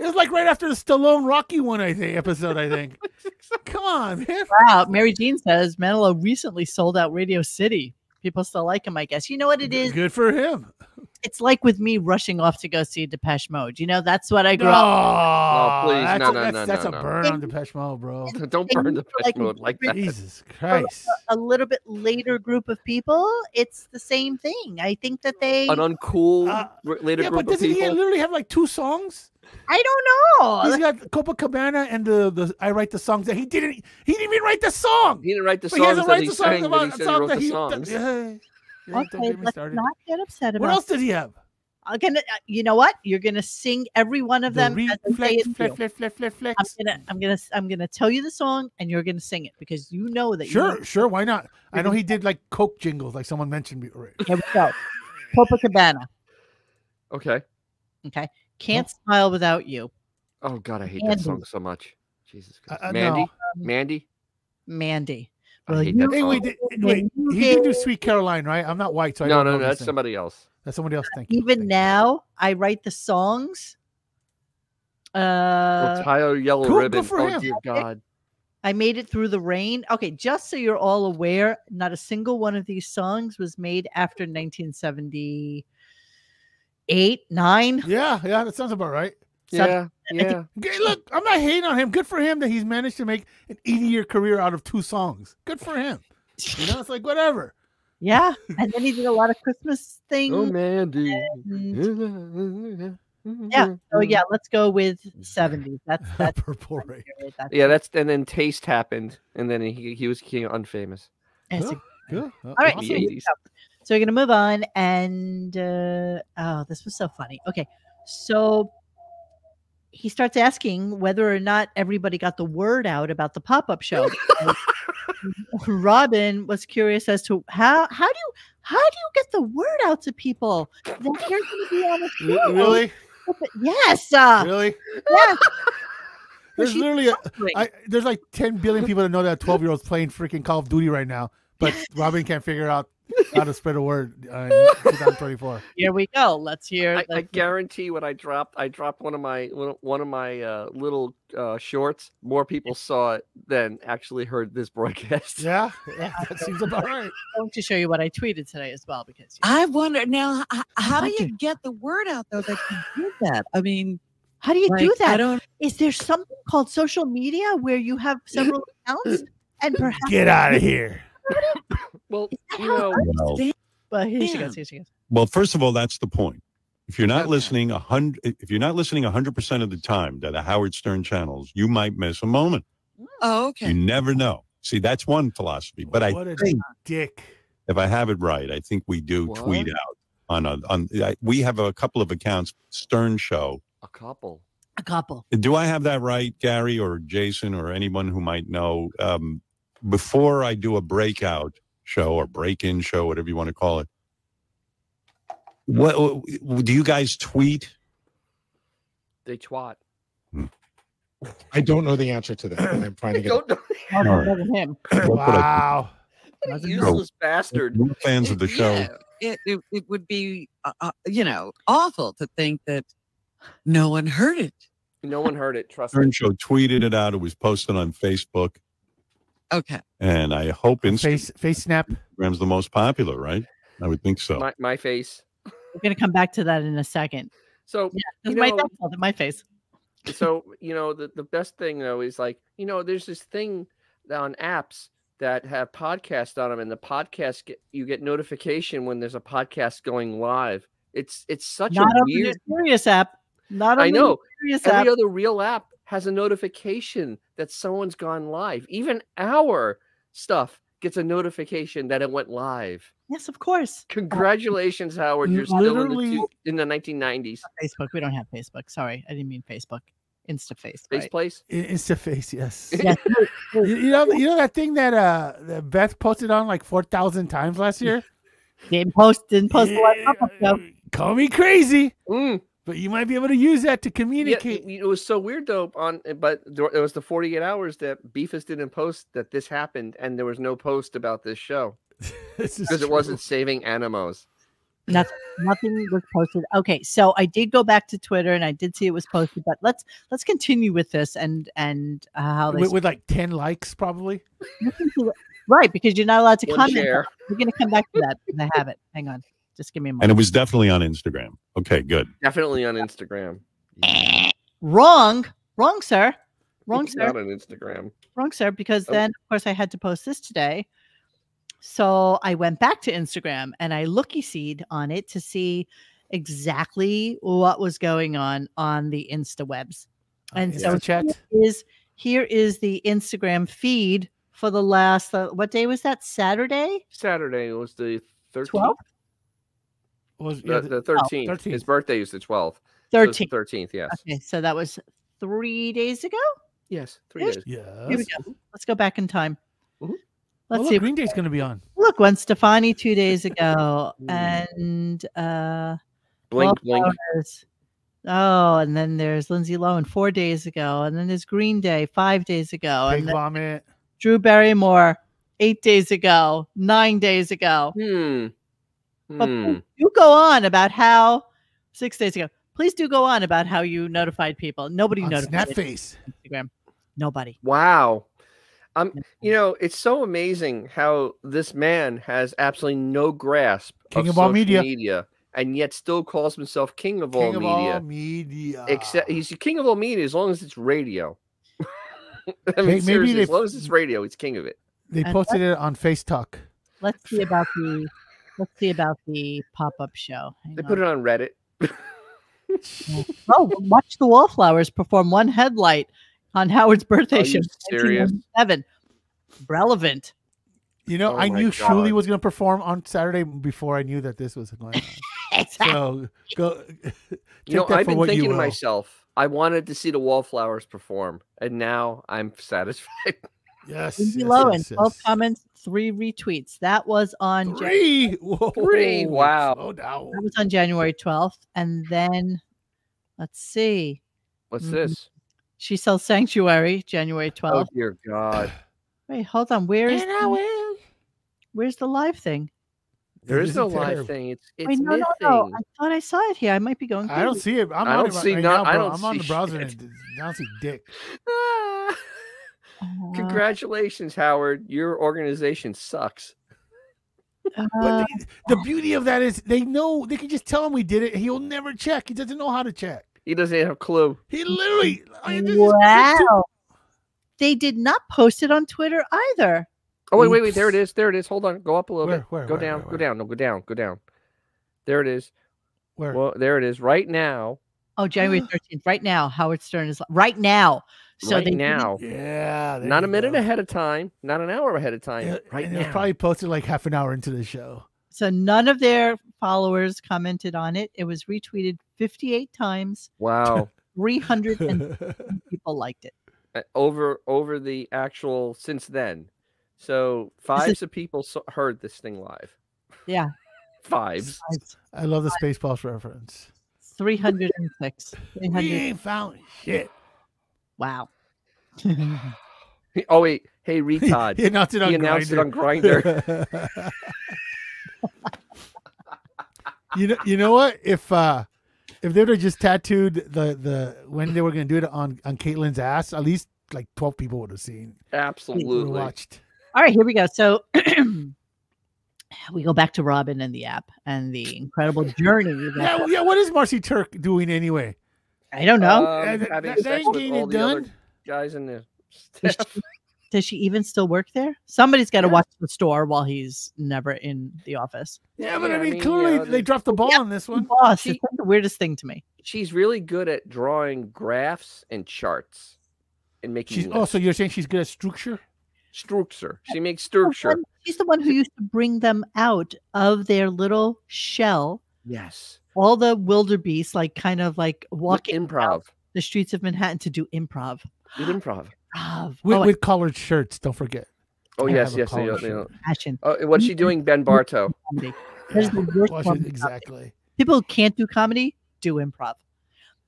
it was like right after the Stallone Rocky one, I think episode. I think. Come on, man. Wow, Mary Jean says Manilow recently sold out Radio City. People still like him, I guess. You know what it is? Good for him. It's like with me rushing off to go see Depeche Mode. You know, that's what I grew No, up. Oh, please, that's no, a, no, that's, no, that's no, a no. burn on Depeche Mode, bro. Don't And burn you the were like mode like that. Jesus Christ. A little bit later group of people, it's the same thing. I think that they. An uncool Uh, r- later Yeah, group but of doesn't he people. literally have like two songs? I don't know. He's got Copacabana and the, the I write the songs that he didn't he didn't even write the song. He didn't write the But he songs hasn't that write he the songs sang, but he about said he wrote the songs songs. that he. yeah, yeah, don't okay, get me let's started. not get upset about. What else did he have? I'm gonna. uh, You know what? You're gonna sing every one of them. as I say reflex, it to you. flex, flex, flex, flex, I'm flex. gonna, I'm gonna, I'm gonna tell you the song, and you're gonna sing it because you know that. You Sure, sure. Why not? I know he did like Coke jingles, like someone mentioned. me- right. Here we go. Copacabana. Okay. Okay. Can't Oh. smile without you. Oh God, I hate that Mandy. song so much. Jesus Christ. Uh, uh, Mandy. no. Mandy. Mandy. I Well, hate that you- Hey, song. wait, did, wait. you He did do did- Sweet Caroline, right? I'm not white, so I no, don't no, know no. this That's thing. somebody else. That's somebody else. Thank you. Even thank now, I write the songs. Uh, Ohio Yellow cool- good Ribbon. for oh him. dear God. I made it through the rain. Okay, just so you're all aware, not a single one of these songs was made after 1978, nine. you. Yeah, yeah. That sounds about right. Some- Yeah, yeah. Okay, Look, I'm not hating on him. Good for him that he's managed to make an 80 year career out of two songs. Good for him. You know, it's like whatever. Yeah, and then he did a lot of Christmas things. Oh Mandy. and- Yeah. oh yeah, let's go with 70s. That's that's Purple Rain. period. That's Yeah, that's and then Taste happened, and then he he was king unfamous. that's a- Yeah. All All right. the so here we 80s. go. So, So we're gonna move on, and uh, oh, this was so funny. Okay, so he starts asking whether or not everybody got the word out about the pop-up show. Robin was curious as to how how do you how do you get the word out to people that you're going to be on the Re- show? Really? Yes. Uh, Really? yes. There's she's literally a, hungry. I, there's like 10 billion people that know that 12 year olds playing freaking Call of Duty right now, but Robin can't figure out how to spread a word uh, in 2024. Here we go. Let's hear. I, I let's- guarantee when I dropped, I dropped one of my one of- one of my uh, little uh, shorts. More people saw it than actually heard this broadcast. Yeah, yeah, that seems about right. I'm going to show you what I tweeted today as well because I wonder now h- how do you Wonder. get the word out though that you did that? I mean, how do you do like, I that? don't. Is there something called social media where you have several accounts and perhaps Get out of here. Well, you how know, Well, Well, here she Yeah. goes. Here she goes. well, first of all, that's the point. If you're not Okay. listening a hundred, if you're not listening a hundred percent of the time to the Howard Stern channels, you might miss a moment. Oh, You okay. never know. See, that's one philosophy. But I what a think dick. if I have it right, I think we do tweet out on a on. I, we have a couple of accounts, Stern Show. a couple. A couple. Do I have that right, Gary or Jason or anyone who might know? Um, before I do a breakout show or break-in show, whatever you want to call it, what what- do you guys tweet? They twat. I don't know the answer to that. and I'm trying to get. Don't know. Oh, All right. that was him. That's what I Wow. What a know. useless think. bastard. We're fans of the It- show. yeah, It, it, it would be, uh, uh, you know, awful to think that no one heard it. No one heard it. Trust me. Stern Show tweeted it out. It was posted on Facebook, Okay. and I hope Instagram's Face face snap. the most popular, right? I would think so. My, my face. We're going to come back to that in a second. So That's You my, know- that's all in my face. so you know the, the best thing though is like you know there's this thing on apps that have podcasts on them and the podcast get, you get notification when there's a podcast going live it's it's such Not a on the weird serious app. Not on i know the serious app. every other real app has a notification that someone's gone live even our stuff gets a notification that it went live yes, of course. congratulations howard you're still in the, two, literally- in the 1990s Facebook. We don't have Facebook. Sorry, I didn't mean Facebook. face InstaFace. right. place I- Insta face, yes. Yes. You, you know, you know that thing that uh that Beth posted on like four thousand times last year. Didn't post. Didn't post. the last pop-up show. Call me crazy, mm. but you might be able to use that to Yeah, communicate. it, it was so weird though. On but dur- it was the 48 hours that Beefus didn't post that this happened, and there was no post about this show This is because it true. wasn't saving animos. Nothing, nothing was posted. Okay, so I did go back to Twitter and I did see it was posted, but let's let's continue with this and and uh, how they with, with like ten likes probably. right because you're not allowed to One comment. share. We're gonna come back to that. because I have it. Hang on, just give me a And moment. it was definitely on Instagram. Okay, good. Definitely on Instagram. wrong, wrong, sir, wrong, It's sir, Not on Instagram. wrong, sir. Because Oh. then of course I had to post this today, so I went back to Instagram and I looky seed on it to see exactly what was going on on the Insta webs. And so Insta chat. is here is the Instagram feed for the last uh, what day was that? Saturday, Saturday was the 13th. twelfth, Was, yeah, The, th- the 13th. 13th. His birthday is the 12th. So it's the thirteenth. 13th. Yes. Okay, so that was three days ago. Yes. Three Yes. days. Here we yes. go. Let's go back in time. Mhm. Oh, Let's look, see. Green Day's gonna be on. Look, when Stefani two days ago, Hmm. Mm. and uh, Blink, blink. Wallflowers. Oh, and then there's Lindsay Lohan four days ago, and then there's Green Day five days ago, Big Oh, and then vomit. Drew Barrymore eight days ago, nine days ago. Hmm. But Hmm. please do go on about how six days ago. Please do go on about how you notified people. Nobody On notified me Snapface. on Instagram. Nobody. Wow. Um, Mm-hmm. you know, it's so amazing how this man has absolutely no grasp King of, of all social media. and yet still calls himself king of all King of media. all media. Except he's the king of all media as long as it's radio. I mean, May- maybe seriously, they- as long as it's radio, he's king of it. they And posted it on Face Talk. Let's see about the let's see about the pop-up show. Hang They put on. it on Reddit. oh, watch the Wallflowers perform one headlight on Howard's birthday Are show. you serious? Seven. Relevant. You know, Oh I my knew Shuli God. was going to perform on Saturday before I knew that this was going on. so go. take you know, that I've for been what you thinking to will. myself, I wanted to see the Wallflowers perform, and now I'm satisfied. Yes. Lindsay Lohan, 12 comments, three retweets. That was on Jan- Three. Whoa. Three. Wow. Slow down. that was on January 12th. And then let's see. What's Mm-hmm. Mm, this? She sells Sanctuary January 12th. Oh dear God! Wait, hold on. Where is the, where's the live thing? There is isn't no live there. thing. It's it's Wait, no, no, missing. no. I thought I saw it here. I might be going. I don't crazy. see it. I'm I on don't it right see right no- now, I bro. don't I'm on the see browser shit. and I don't see dick. Ah, Uh, Congratulations, Howard. Your organization sucks. uh, But they- the beauty of that is they know they can just tell him we did it. He'll never check. He doesn't know how to check. He doesn't have a clue. He literally. Oh, I- this is- wow. They did not post it on Twitter either. Oh wait, wait, wait. There it is. There it is. Hold on. Go up a little Where, bit. where, go where, down. where, Go where? down. No, go down. Go down. There it is. Where? Well, there it is. Right now. Oh, January 13th, right now. Howard Stern is li- right now. So right they did it now. Yeah. there Not a you minute go. ahead of time. Not an hour ahead of time. Yeah, right and it was now. probably posted like half an hour into the show. So none of their followers commented on it. It was retweeted 58 times. Wow. 300 people liked it. uh, over over the actual since then. So fives of people so- heard this thing live. Yeah. Fives. I love the Spaceballs reference. 306. 300. We ain't found shit. Wow. Oh wait, hey retard. He announced it on he announced it on Grinder. Grinder. you know, you know what? If uh, if they would have just tattooed the the when they were gonna do it on on Caitlyn's ass, at least like twelve people would have seen, would have Absolutely. watched. All right, here we go. So we go back to Robin and the app and the incredible journey. That, Yeah, yeah. What is Marcy Turk doing anyway? I don't Um, know. Yeah, that- having that- that sex ain't with getting all it the other done. guys in the Does staff. she- Does she even still work there? Somebody's got to watch the store while he's never in the office. Yeah, but Yeah, I I mean, mean, you clearly know, they the- dropped the ball Yeah. on this one. Boss, She- it's like the weirdest thing to me. She's really good at drawing graphs and charts and making She's lists. also you're saying she's good at structure. structure. She makes the one- structure. she's the one who used to bring them out of their little shell. Yes. All the wildebeest, like kind of like With walking improv. the streets of Manhattan to do improv. With improv. Improv. with, oh, with collared shirts. Don't forget. Oh I yes, have a yes. they- collar they- shirt. passion. Oh, what's Mm-hmm. she doing, Ben Barto? Comedy. That is the worst form Well, she's- of comedy. exactly. People who can't do comedy do improv.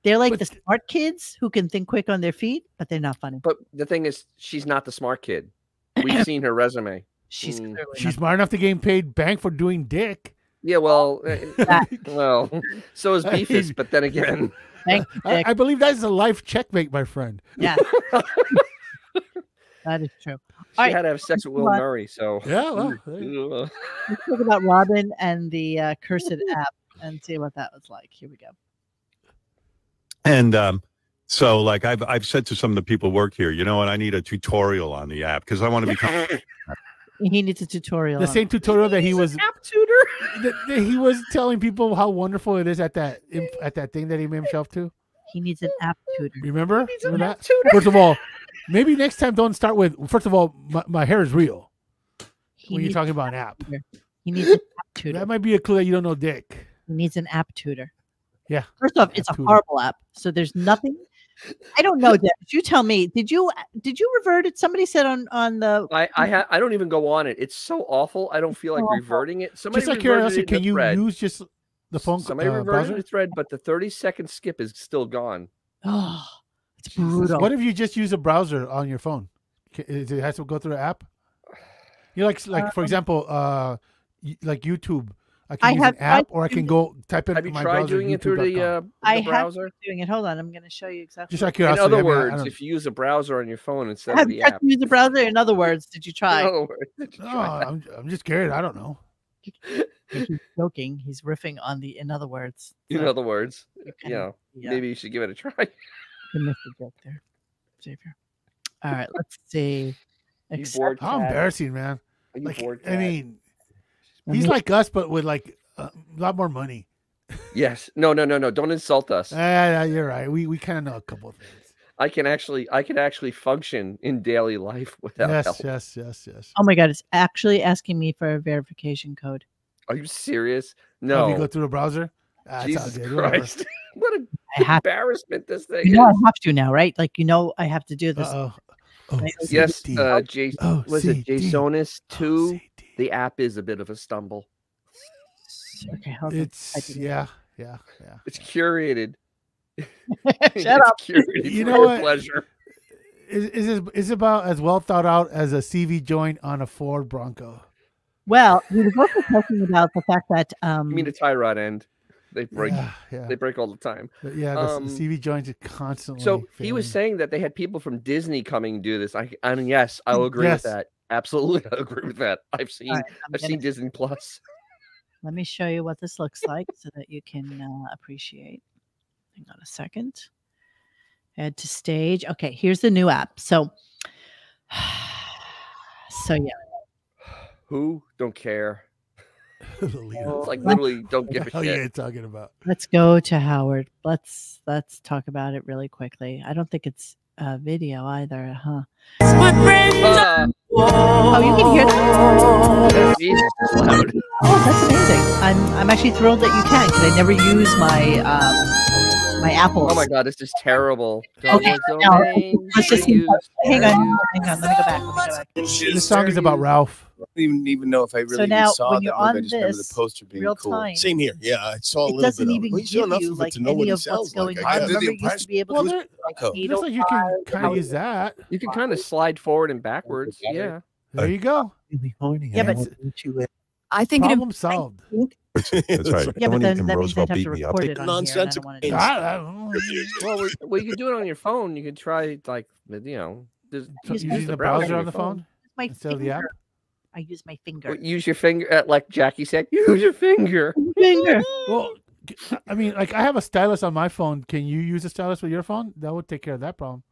They're like But the smart kids who can think quick on their feet, but they're not funny. But the thing is, she's not the smart kid. We've seen her resume. She's Mm. clearly She's smart enough to gain paid bank for doing dick. Yeah, well, uh, That- well, so is I mean- Beefus, but then again, not bank I, dick. I believe that is a life checkmate, my friend. Yeah. that is true. she All right. had to have sex with Will Come on. Murray. So, Yeah. Well, there you- Ugh. Let's talk about Robin and the uh, cursed app and see what that was like. Here we go. And um, so, like I've I've said to some of the people who work here, you know what? I need a tutorial on the app because I want to become. He needs a tutorial. the on same tutorial that he was app tutor. that, that he was telling people how wonderful it is at that imp- at that thing that he made himself to. it. He needs an app tutor. Remember? He's an Remember app that? tutor. First of all, maybe next time don't start with. First of all, my, my hair is real He when you're needs, talking about an app. he needs an app tutor. That might be a clue that you don't know dick. He needs an app tutor. Yeah, First off, it's app a tutor. horrible app. So there's nothing. I don't know, Dennis. You tell me. Did you did you revert it? Somebody said on on the I Mm. I, ha- I don't even go on it. It's so awful. I don't feel like Awful. reverting it. Somebody Just out reverted it of curiosity, in the can you thread. use just the phone c- Somebody uh, reverted browser? the thread, but the thirty second skip is still gone. oh, it's brutal. What if you just use a browser on your phone? Ca- Is it has to go through an app? You like like for example, uh, y- like YouTube. I can I use have an app, tried or I can doing go type in Have you my tried browser. doing it through the, youtube.com. uh, I the have browser? doing it? Hold on, I'm going to show you exactly. Just out of In curiosity. I other mean, I- I words, don't- if you use a browser on your phone instead of Have you the tried to app. use a browser? In other words, did you try? In other words, no, I'm, I'm just scared. I don't know. He's joking. He's riffing on the. In other words, in other words, you kinda- know, yeah. maybe you should give it a try. You missed a joke there, Xavier. All right, let's see. oh, You Accept- bored How cat? embarrassing, man! Are you Like, bored I cat? mean, I he's mean- like us, but with like a lot more money. Yes. No, no, no, no. Don't insult us. Eh. Ah, yeah, you're right. We we kind of know a couple of things. I can actually I can actually function in daily life without Yes, help. yes, yes, yes. Oh my god, it's actually asking me for a verification code. Are you serious? Oh, No. if you go through a browser. Ah, it's all Jesus good, whatever. Christ. what an I have embarrassment this thing you know I is. have to now, right? Like you know I have to do this. Uh-oh. Right? Oh, Yes, CD. uh J Oh, was it CD. Jasonis 2? The app is a bit of a stumble. Okay, hold on. I It's did it. yeah, yeah, yeah. It's curated. it's up. curated You for know your what? pleasure. Is is it- is about as well thought out as a CV joint on a Ford Bronco? Well, he was also talking about the fact that um You mean a tie rod end? They break Yeah, yeah. they break all the time. But yeah, the s- Um, CV joints are constantly. So he was failing. saying that they had people from Disney coming and do this. I and yes, I will agree Mm, Yes. with that. Absolutely, I agree with that. I've seen All right, I'm I've gonna- seen Disney Plus. let me show you what this looks like so that you can uh, appreciate. Hang on a second. Add to stage. Okay, here's the new app. So so yeah. Who don't care? Lolita. It's Oh, like What? literally don't give a Hell shit. yeah, talking about. Let's go to Howard. Let's let's talk about it really quickly. I don't think it's a video either, huh? Uh, Oh, you can hear that? Jesus, it's loud. Oh, that's amazing. I'm I'm actually thrilled that you can because I never use my um my apples. Oh my god, this is terrible. Okay, now, let's just- hang on, hang on, let me go back. Let me go back. This song is about Ralph. I don't even, even know if I really even now, saw when that you're movie. I on just remember the this poster being real cool. time, Same here. Yeah, I saw a it little bit doesn't of it. even Well, give you saw enough you of it like to know what any it of what's sounds going like. on. I Remember, did the you used to impression. be able Well, to there, Bronco. like looks like you uh, can kind of use that. You can kind of slide forward and backwards. Yeah. There you go. Yeah, but I think it Problem solved. That's right. yeah, but Tony then can that means Roosevelt I'd have beat to me up. record it on Nonsensical here. and I don't wanna do things. Ah, ah, Well, we- well, you could do it on your phone. You could try like with, you know, just Use use, my Using the browser your on the phone that. My instead of the app. finger. I use my finger. Well, Use your finger, uh, like Jackie said. Use your finger. Finger. Well, c- I mean, like I have a stylus on my phone. Can you use a stylus with your phone? That would take care of that problem.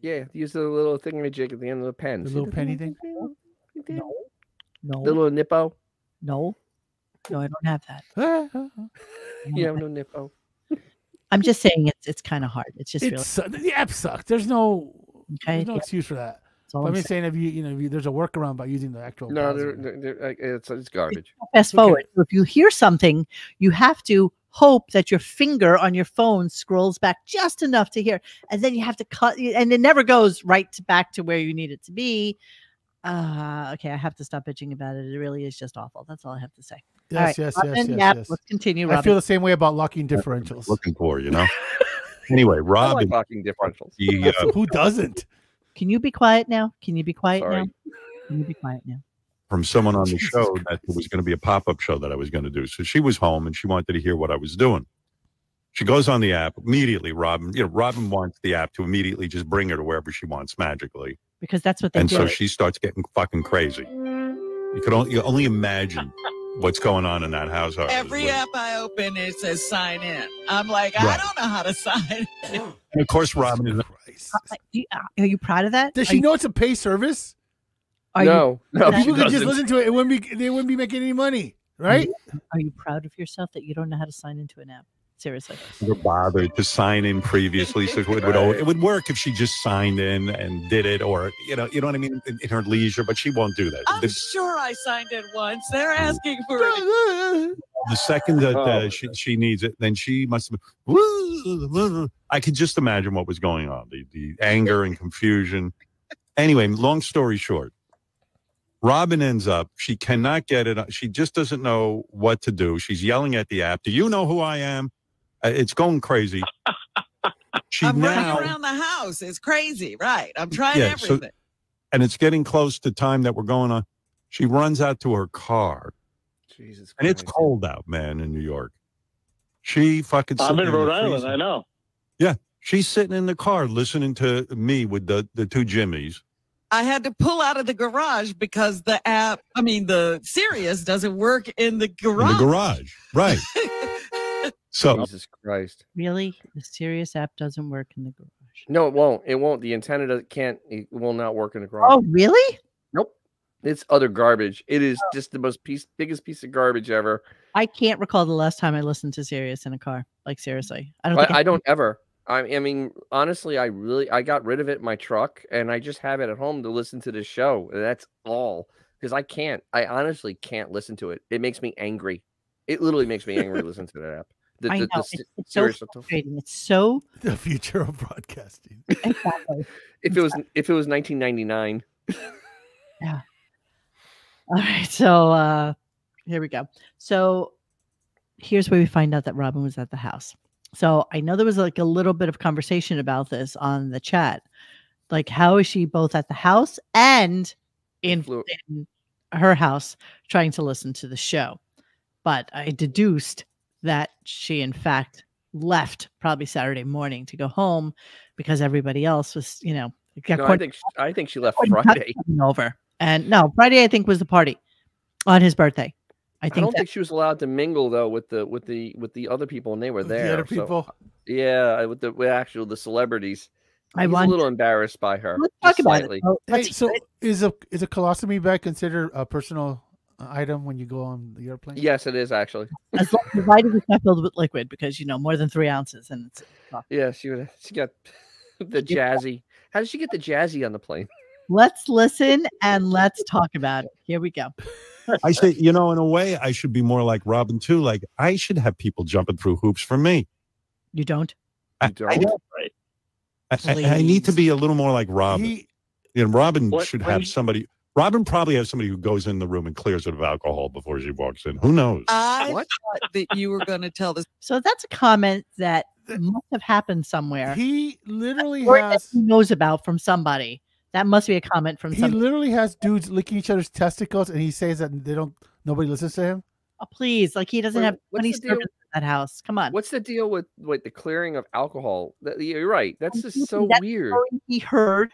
Yeah, use the little thingamajig at the end of the pen. The little penny thing. No. No, The little nippo. no, no, I don't have that. Ah, ah, ah. I don't You have have no that. nippo. I'm just saying it's it's kind of hard. It's just It's su- the app sucks. There's no, really okay. there's yeah, no Oh, excuse for that. that's all But I'm I'm just saying. saying, if you, you know, if you, there's a workaround by using the actual. No, they're, browser. they're, they're, like, it's, it's garbage. Fast okay. forward. So If you hear something, you have to hope that your finger on your phone scrolls back just enough to hear, and then you have to cut, and it never goes right to back to where you need it to be. Uh, okay, I have to stop bitching about it. It really is just awful. That's all I have to say. yes, all right, yes, yes, yes, Robin, yeah, yes, yes. Let's continue, I Robin. feel the same way about locking differentials. Looking for you know. anyway, I like Robin, locking differentials. the uh, Who doesn't? Can you be quiet now? Can you be quiet now? Sorry. Can you be quiet now? from someone on the Jesus show that there was going to be a pop up show that I was going to do. So she was home and she wanted to hear what I was doing. She goes on the app immediately. Robin, you know, Robin wants the app to immediately just bring her to wherever she wants magically, Because that's what they and do. so she starts getting fucking crazy. You could only, you only imagine what's going on in that household. Every app I open, it says sign in. I'm like, I Right. don't know how to sign. in. And of course, Robin is Christ. Uh, you- uh, are you proud of that? Does Are she you- know it's a pay service? Are you, no, no, That- she People could just doesn't. listen to it. It wouldn't be. They wouldn't be making any money, right? are you proud of yourself that you don't know how to sign into an app? Seriously. never bothered to sign in previously, so it would, would al- it would work if she just signed in and did it, or you know, you know what I mean, in, in her leisure. But she won't do that. I'm The, sure I signed in once. They're asking for it. That's the second that Oh. uh, she, she needs it, then she must have. been, I could just imagine what was going on the, the anger and confusion. Anyway, long story short, Robin ends up, she cannot get it. She just doesn't know what to do. She's yelling at the app, Do you know who I am? Uh, It's going crazy. She I'm now, running around the house. It's crazy, right? I'm trying Yeah, so- everything. and it's getting close to time that we're going on. She runs out to her car Jesus and it's Christ. cold out, man, in New York. She fucking. I'm sitting in the Rhode Island. freezer. I know. She's sitting in the car listening to me with the the two Jimmies. I had to pull out of the garage because the app, I mean, the Sirius doesn't work in the in the garage. garage. Right. so Jesus Christ. Really? The Sirius app doesn't work in the garage. No, it won't. It won't. The antenna does, can't. It will not work in the garage. Oh, really? It's other garbage. It Oh. is just the most piece, biggest piece of garbage ever. I can't recall the last time I listened to Sirius in a car. Like seriously, I don't. I, think I, I don't ever. I, I mean, honestly, I really I got rid of it in my truck, and I just have it at home to listen to the show. That's all because I can't. I honestly can't listen to it. It makes me angry. It literally makes me angry to listen to that app. The, I the- know the it's, st- it's so seriously. frustrating. It's so the future of broadcasting. if it was if it was 1999, All right, so uh here we go. So here's where we find out that Robin was at the house. So I know there was like a little bit of conversation about this on the chat. Like how is she both at the house and in, in her house trying to listen to the show? But I deduced that she in fact left probably Saturday morning to go home because everybody else was, you know, got no, I quite- think sh- I think she left Oh, that's Friday. coming over. And no, Friday I think was the party on his birthday. I I, think don't that- think she was allowed to mingle though with the with the with the other people, and they were the there. other so- people? yeah, I- with the with actual the celebrities. I I was a wonder- little embarrassed by her. Let's just talk about it. slightly. Oh, Hey, so is a is a colostomy bag considered a personal uh, item when you go on the airplane? Yes, it is actually. as long provided it's not filled with liquid because you know more than three ounces and it's not- Yeah, she would. She got the jazzy. How did she get the jazzy on the plane? let's listen and let's talk about it. Here we go. I say, you know, in a way, I should be more like Robin too. Like I should have people jumping through hoops for me. You don't. I, I, don't. I- I- I need to be a little more like Robin. He- you know, Robin What- should when have he- somebody. Robin probably has somebody who goes in the room and clears it of alcohol before she walks in. Who knows? I thought that you were going to tell this. So that's a comment that must have happened somewhere. He literally Or that has- he knows about from somebody. That must be a comment from He somebody. literally has dudes licking each other's testicles, and he says that they don't. Nobody listens to him. Oh, please, like he doesn't Wait, have what's any the deal- servants in that house. Come on. What's the deal with with the clearing of alcohol? That- You're right. That's just so That's weird. story He heard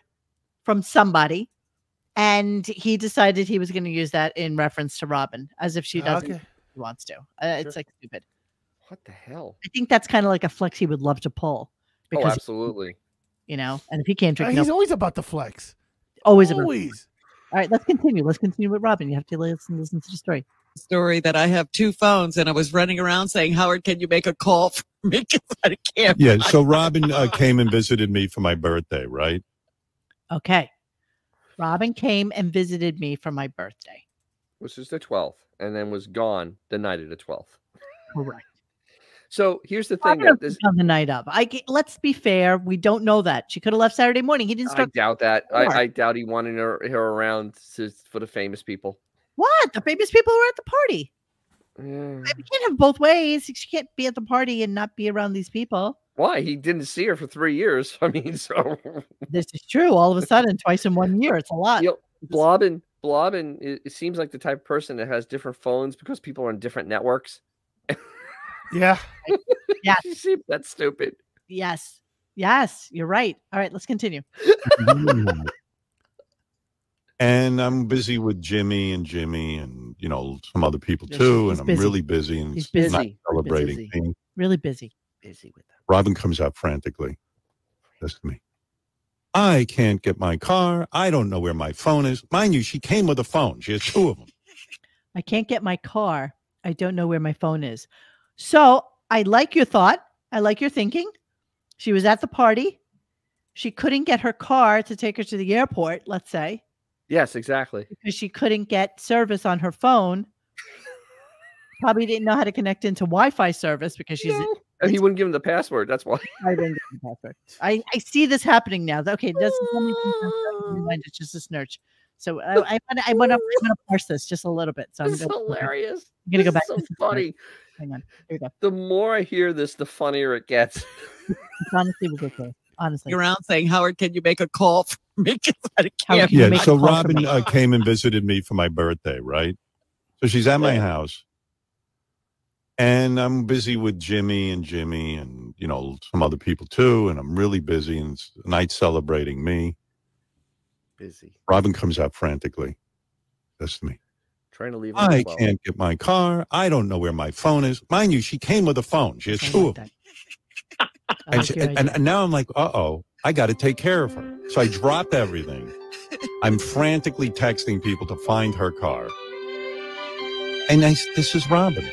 from somebody, and he decided he was going to use that in reference to Robin, as if she doesn't. Ah, Okay. He wants to. Uh, It's Sure. like stupid. What the hell? I think that's kind of like a flex he would love to pull because oh, Ah, absolutely. you know, and if he can't Uh, drink, he's no, always about the flex. always, about- always. All right, let's continue. Let's continue with Robin. You have to listen listen to the story. story that I have two phones and I was running around saying, Howard, can you make a call for me? 'Cause I can't. yeah. find So Robin uh, came and visited me for my birthday, right? Okay. Robin came and visited me for my birthday. Which is the 12th, and then was gone the night of the 12th. Correct. So here's the thing Robin that wasn't this. on the night of. I ca- let's be fair. We don't know that she could have left Saturday morning. He didn't I start. doubt that. I, Sure. I doubt he wanted her, her around to, for the famous people. What? The famous people were at the party. Yeah. We can't have both ways. She can't be at the party and not be around these people. Why? He didn't see her for three years. I mean, so This is true. All of a sudden, twice in one year, it's a lot. you know, Blobbin, Blobbin, it, it seems like the type of person that has different phones because people are on different networks. Yeah. Yes. See, That's stupid. Yes. Yes. You're right. All right. Let's continue. Mm. and I'm busy with Jimmy and Jimmy and you know some other people Yes, too. he's And I'm busy. really busy and He's it's not busy. celebrating. Busy. things. Really busy. Busy with that. Robin comes out frantically. That's me. I can't get my car. I don't know where my phone is. Mind you, she came with a phone. She has two of them. I can't get my car. I don't know where my phone is. So I like your thought. I like your thinking. She was at the party. She couldn't get her car to take her to the airport, let's say, Yes, exactly. because she couldn't get service on her phone. Probably didn't know how to connect into Wi Fi service because she's And he wouldn't give him the password. That's why. I didn't get the password. I, I see this happening now. Okay, it doesn't tell me things I'm sorry, never mind, it's just a snurch. So I I want I want to parse this just a little bit. So I'm This is gonna- hilarious. I'm gonna go This back. is so This is great. funny. Hang on. Here we go. The more I hear this, the funnier it gets. It's honestly ridiculous. Honestly, you around saying, Howard, can you make a call for me? 'Cause I can't. Yeah. find- So Robin uh, came and visited me for my birthday, right? So she's at my house. And I'm busy with Jimmy and Jimmy and, you know, some other people too. And I'm really busy and it's a night celebrating me. Busy. Robin comes out frantically. That's me. Trying to leave. him I alone. can't get my car. I don't know where my phone is. Mind you, she came with a phone. She has two of them. I and, like she- your and- and now I'm like, uh oh, I got to take care of her. So I drop everything. I'm frantically texting people to find her car. And I, s- this is Robin.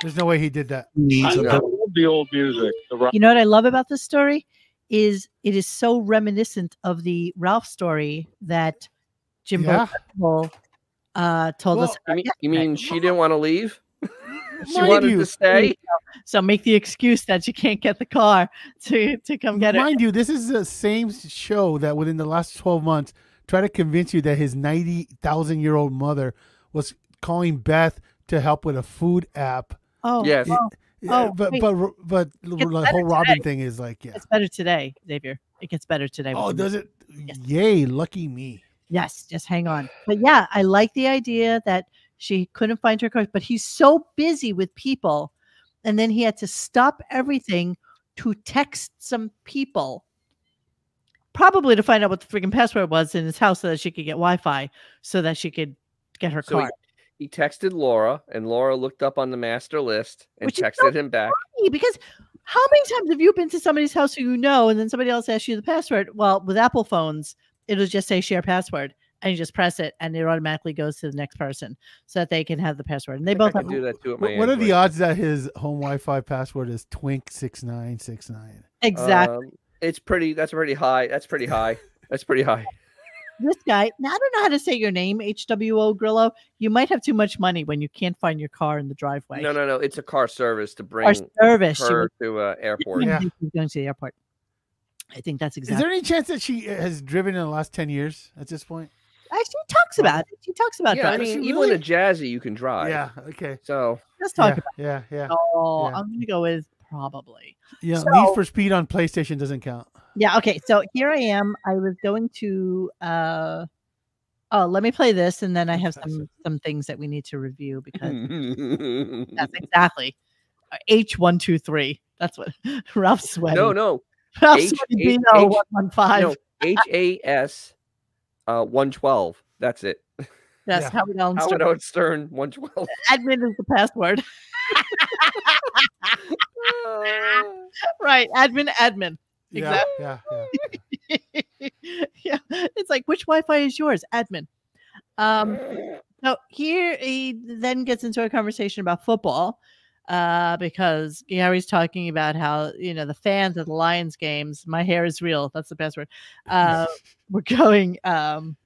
There's no way he did that. Needs I know. a little the old music. The rock. You know what I love about this story is it is so reminiscent of the Ralph story that Jimbo Yeah. Campbell, uh, told us. You mean, you mean she didn't want to leave? she Mind wanted you- to stay. So make the excuse that you can't get the car to to come get it. Mind you, this is the same show that within the last 12 months tried to convince you that his 90,000 year old mother was calling Beth to help with a food app. Oh, Yes. oh, Yeah, oh, but, wait. but but gets the better whole Robin today. thing is like, yeah. It's better today, Xavier. It gets better today. Oh, with the does movie. it? Yay, lucky me. Yes, just hang on. But yeah, I like the idea that she couldn't find her car, but he's so busy with people. And then he had to stop everything to text some people, probably to find out what the freaking password was in his house so that she could get Wi Fi so that she could get her So he, car. he texted Laura, and Laura looked up on the master list and Which is so texted him back. Hey, Because how many times have you been to somebody's house who you know and then somebody else asks you the password? Well, with Apple phones, it'll just say share password and you just press it and it automatically goes to the next person so that they can have the password. And they both I have could do that too at my What, what are the Android. odds that his home Wi Fi password is twink6969? Exactly. Um, it's pretty. That's pretty high. That's pretty high. That's pretty high. this guy. Now I don't know how to say your name, HWO Grillo. You might have too much money when you can't find your car in the driveway. No, no, no. It's a car service to bring service, she her would- to uh, I airport. think he's going to the airport. I think that's Is exactly. there any chance that she uh, has driven in the last 10 years at this point? Actually, she talks about it. She talks about Yeah, I that. mean, She even really in a jazzy, you can drive. Yeah. Okay. So Let's talk yeah, about yeah, it. Oh, yeah. I'm going to go with probably. Yeah, So- Need for Speed on PlayStation doesn't count. Yeah. Okay. So here I am. I was going to. uh Oh, let me play this, and then I have some some things that we need to review because Mm-hmm. that's exactly uh, H one two three. That's what Ralph's sweating. No, no. Ralph's H- sweating. H- No, H- one one five. No, H A S, uh, one twelve. That's it. Yes, Howard Allen Howard Stern. Owen Stern, one twelve. Admin is the password. right, admin, admin. Yeah, Exactly. yeah, yeah, it's like which Wi-Fi is yours, admin. Um, so here he then gets into a conversation about football, uh, because Gary's talking about how you know the fans at the Lions games. My hair is real. That's the password. Uh, we're going um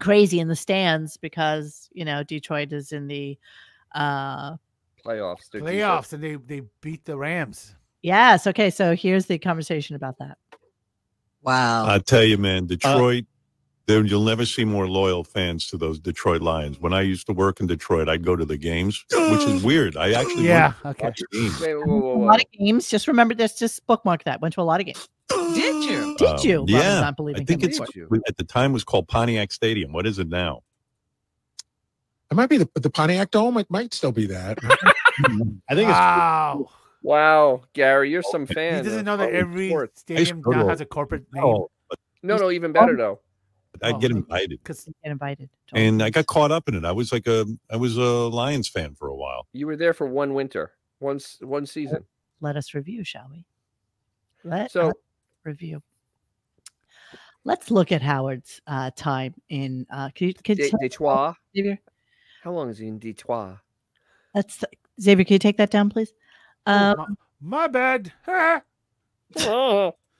crazy in the stands because you know Detroit is in the uh Playoffs. they're too good. Playoffs, and they they beat the Rams. Yes. Okay. So here's the conversation about that. Wow. Uh, I tell you, man, Detroit. there, you'll never see more loyal fans to those Detroit Lions. When I used to work in Detroit, I'd go to the games, which is weird. I actually Yeah, went to watch games. Wait, whoa, whoa, A whoa. lot of games. Just remember this. Just bookmark that. Went to a lot of games. Did you? Did Um, you? Robin's yeah, not believing I think him. it's at the time was called Pontiac Stadium. What is it now? It might be the, the Pontiac Dome. It might still be that. I think Wow, Wow, Gary, you're some Oh, he fan. doesn't of know that all every sports. stadium now has a corporate name. Oh, No, no, even better though. I would get invited, Because get invited. and I got caught up in it. I was like a I was a Lions fan for a while. You were there for one winter, once one season. Let us review, shall we? Let So- us review. Let's look at Howard's uh, time in. Uh, can you, can you De- tell- Detroit. Xavier? How long is he in Detroit? Let's Xavier. Can you take that down, please? Um, Oh, My bad.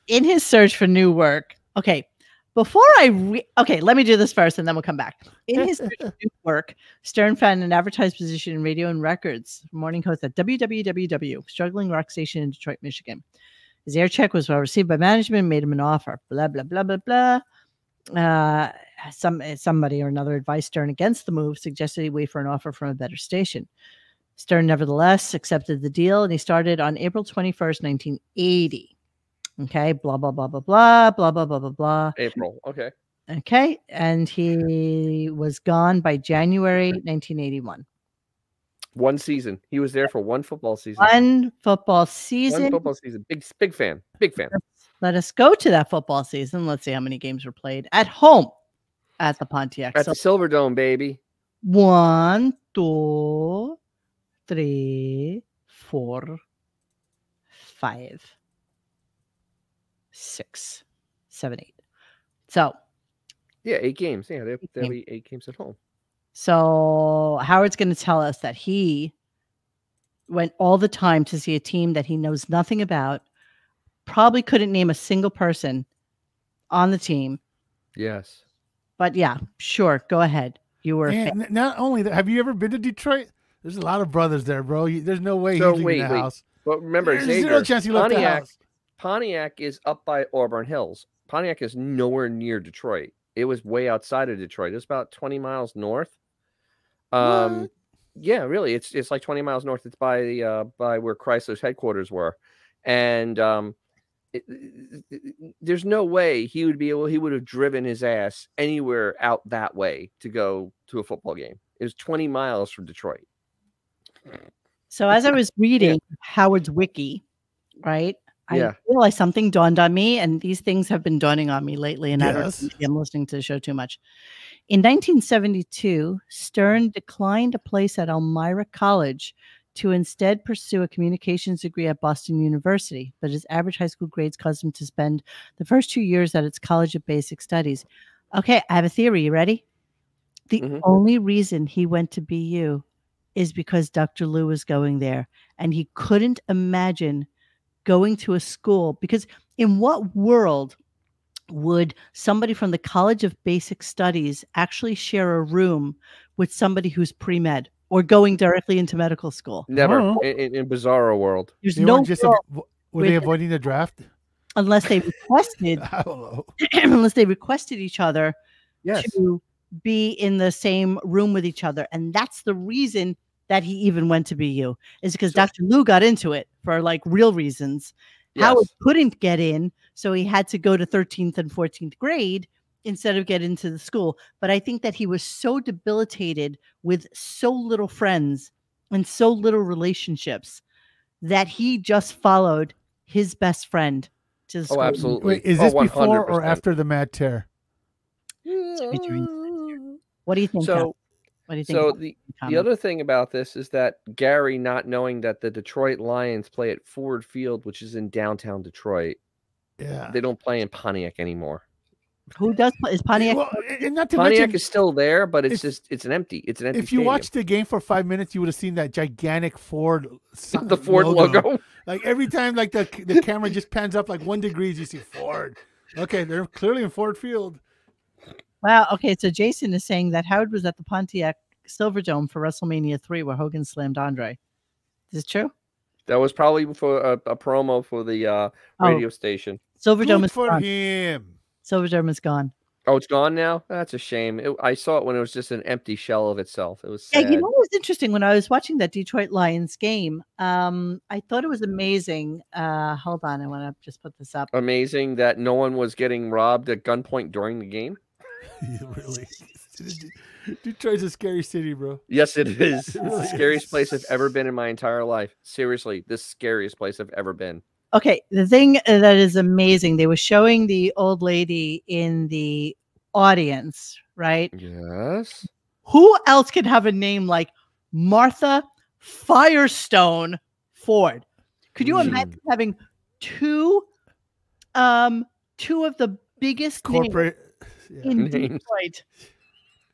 in his search for new work. Okay. Before I re- okay, let me do this first and then we'll come back. In his search for new work, Stern found an advertised position in radio and records, morning host at WWW, struggling rock station in Detroit, Michigan. His air check was well received by management, and made him an offer. Blah blah blah blah blah. Uh, some somebody or another advised Stern against the move, suggested he wait for an offer from a better station. Stern nevertheless accepted the deal, and he started on April twenty first, nineteen eighty. Okay, blah blah blah blah blah blah blah blah blah blah. April. Okay. Okay, and he was gone by January nineteen eighty one. One season. He was there for one football season. One football One season. football season. Big big fan. Big fan. Let us go to that football season. Let's see how many games were played at home at the Pontiac. At So the Silver Dome, baby. one, two, three, four, five, six, seven, eight. So Yeah, eight games. Yeah, they they'll games. be eight games at home. So Howard's going to tell us that he went all the time to see a team that he knows nothing about, probably couldn't name a single person on the team. Yes. But yeah, sure, go ahead. You were a fan. And n- not only that, have you ever been to Detroit? There's a lot of brothers there, bro. You, there's no way So he's leaving wait, the wait. house. But remember, There's Xavier, zero chance he left the Pontiac, house. Pontiac is up by Auburn Hills. Pontiac is nowhere near Detroit. It was way outside of Detroit. It was about 20 miles north. Um, yeah, really, it's it's like 20 miles north. It's by the uh, by where Chrysler's headquarters were, and um, it- it- it- there's no way he would be able. He would have driven his ass anywhere out that way to go to a football game. It was 20 miles from Detroit. So as I was reading Howard's wiki, right? I Yeah. realized something dawned on me, and these things have been dawning on me lately, and I don't know Yes. maybe I'm listening to the show too much. In 1972, Stern declined a place at Elmira College to instead pursue a communications degree at Boston University, but his average high school grades caused him to spend the first two years at its College of Basic Studies. Okay, I have a theory. You ready? The only reason he went to BU is because Dr. Lou was going there and he couldn't imagine going to a school because in what world would somebody from the College of Basic Studies actually share a room with somebody who's pre-med or going directly into medical school? Never in, in, in Bizarro world. There's They no weren't just girl avo- were they with- avoiding the draft? unless they requested unless they requested each other to be in the same room with each other and that's the reason that he even went to BU is because Dr. Lou got into it for like real reasons. Howard couldn't get in, so he had to go to 13th and 14th grade instead of get into the school. But I think that he was so debilitated with so little friends and so little relationships that he just followed his best friend to the Oh, school. absolutely. Wait, is Oh, this before or 100%. after the mad tear? What do you think? So- Al? what do you think? So about the, the comment? other thing about this is that Gary not knowing that the Detroit Lions play at Ford Field, which is in downtown Detroit. Yeah. They don't play in Pontiac anymore. who does is Pontiac? Well, and not to Pontiac mention, is still there, but it's if- just it's an empty. It's an empty. if you stadium. watched the game for five minutes, you would have seen that gigantic Ford, sign- The Ford logo. Like every time, like the the camera just pans up like one degrees, you see Ford. Okay, they're clearly in Ford Field. Wow. Okay. So Jason is saying that Howard was at the Pontiac Silverdome for WrestleMania 3 where Hogan slammed Andre. Is this true? that was probably for a, a promo for the uh, Oh. radio station. Silverdome Good is for gone. him. Silverdome is gone. Oh, it's gone now. That's a shame. It, I saw it when it was just an empty shell of itself. It was Yeah, sad. you know what was interesting when I was watching that Detroit Lions game? Um, I thought it was amazing. Uh, hold on, I want to just put this Oh. up. Amazing that no one was getting robbed at gunpoint during the game. really, Detroit's a scary city, bro. Yes, it is. It's the really scariest place I've ever been in my entire life. Seriously, the scariest place I've ever been. Okay, the thing uh, that is amazing, they were showing the old lady in the audience, right? Yes. Who else could have a name like Martha Firestone Ford? Could you imagine having two um two of the biggest Corporate. names in Names. Detroit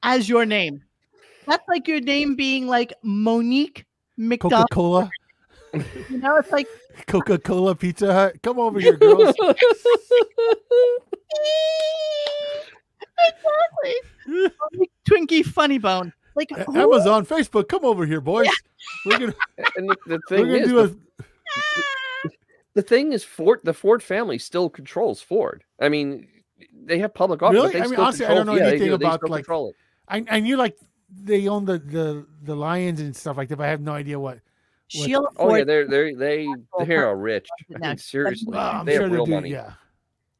as your name? That's like your name being like Monique Coca McDonald. Cola, You know, it's like Coca Cola, Pizza Hut. Come over here, girls. exactly Monique Twinkie Funny Bone. Like who- Amazon, Facebook. Come over here, boys. We're gonna And the, the we're thing gonna is, do the, a the thing is, Ford, the Ford family still controls Ford. I mean, they have public office. Really? But they I mean, still honestly, I control- don't know yeah, they anything do. They about, still like, control it. I, I knew like they own the, the the lions and stuff like that, but I have no idea what. what Sheila Oh yeah, Ford they're they they they are rich. I No, mean, seriously, well, Oh, I'm they sure have they real do, money. Yeah, Oh,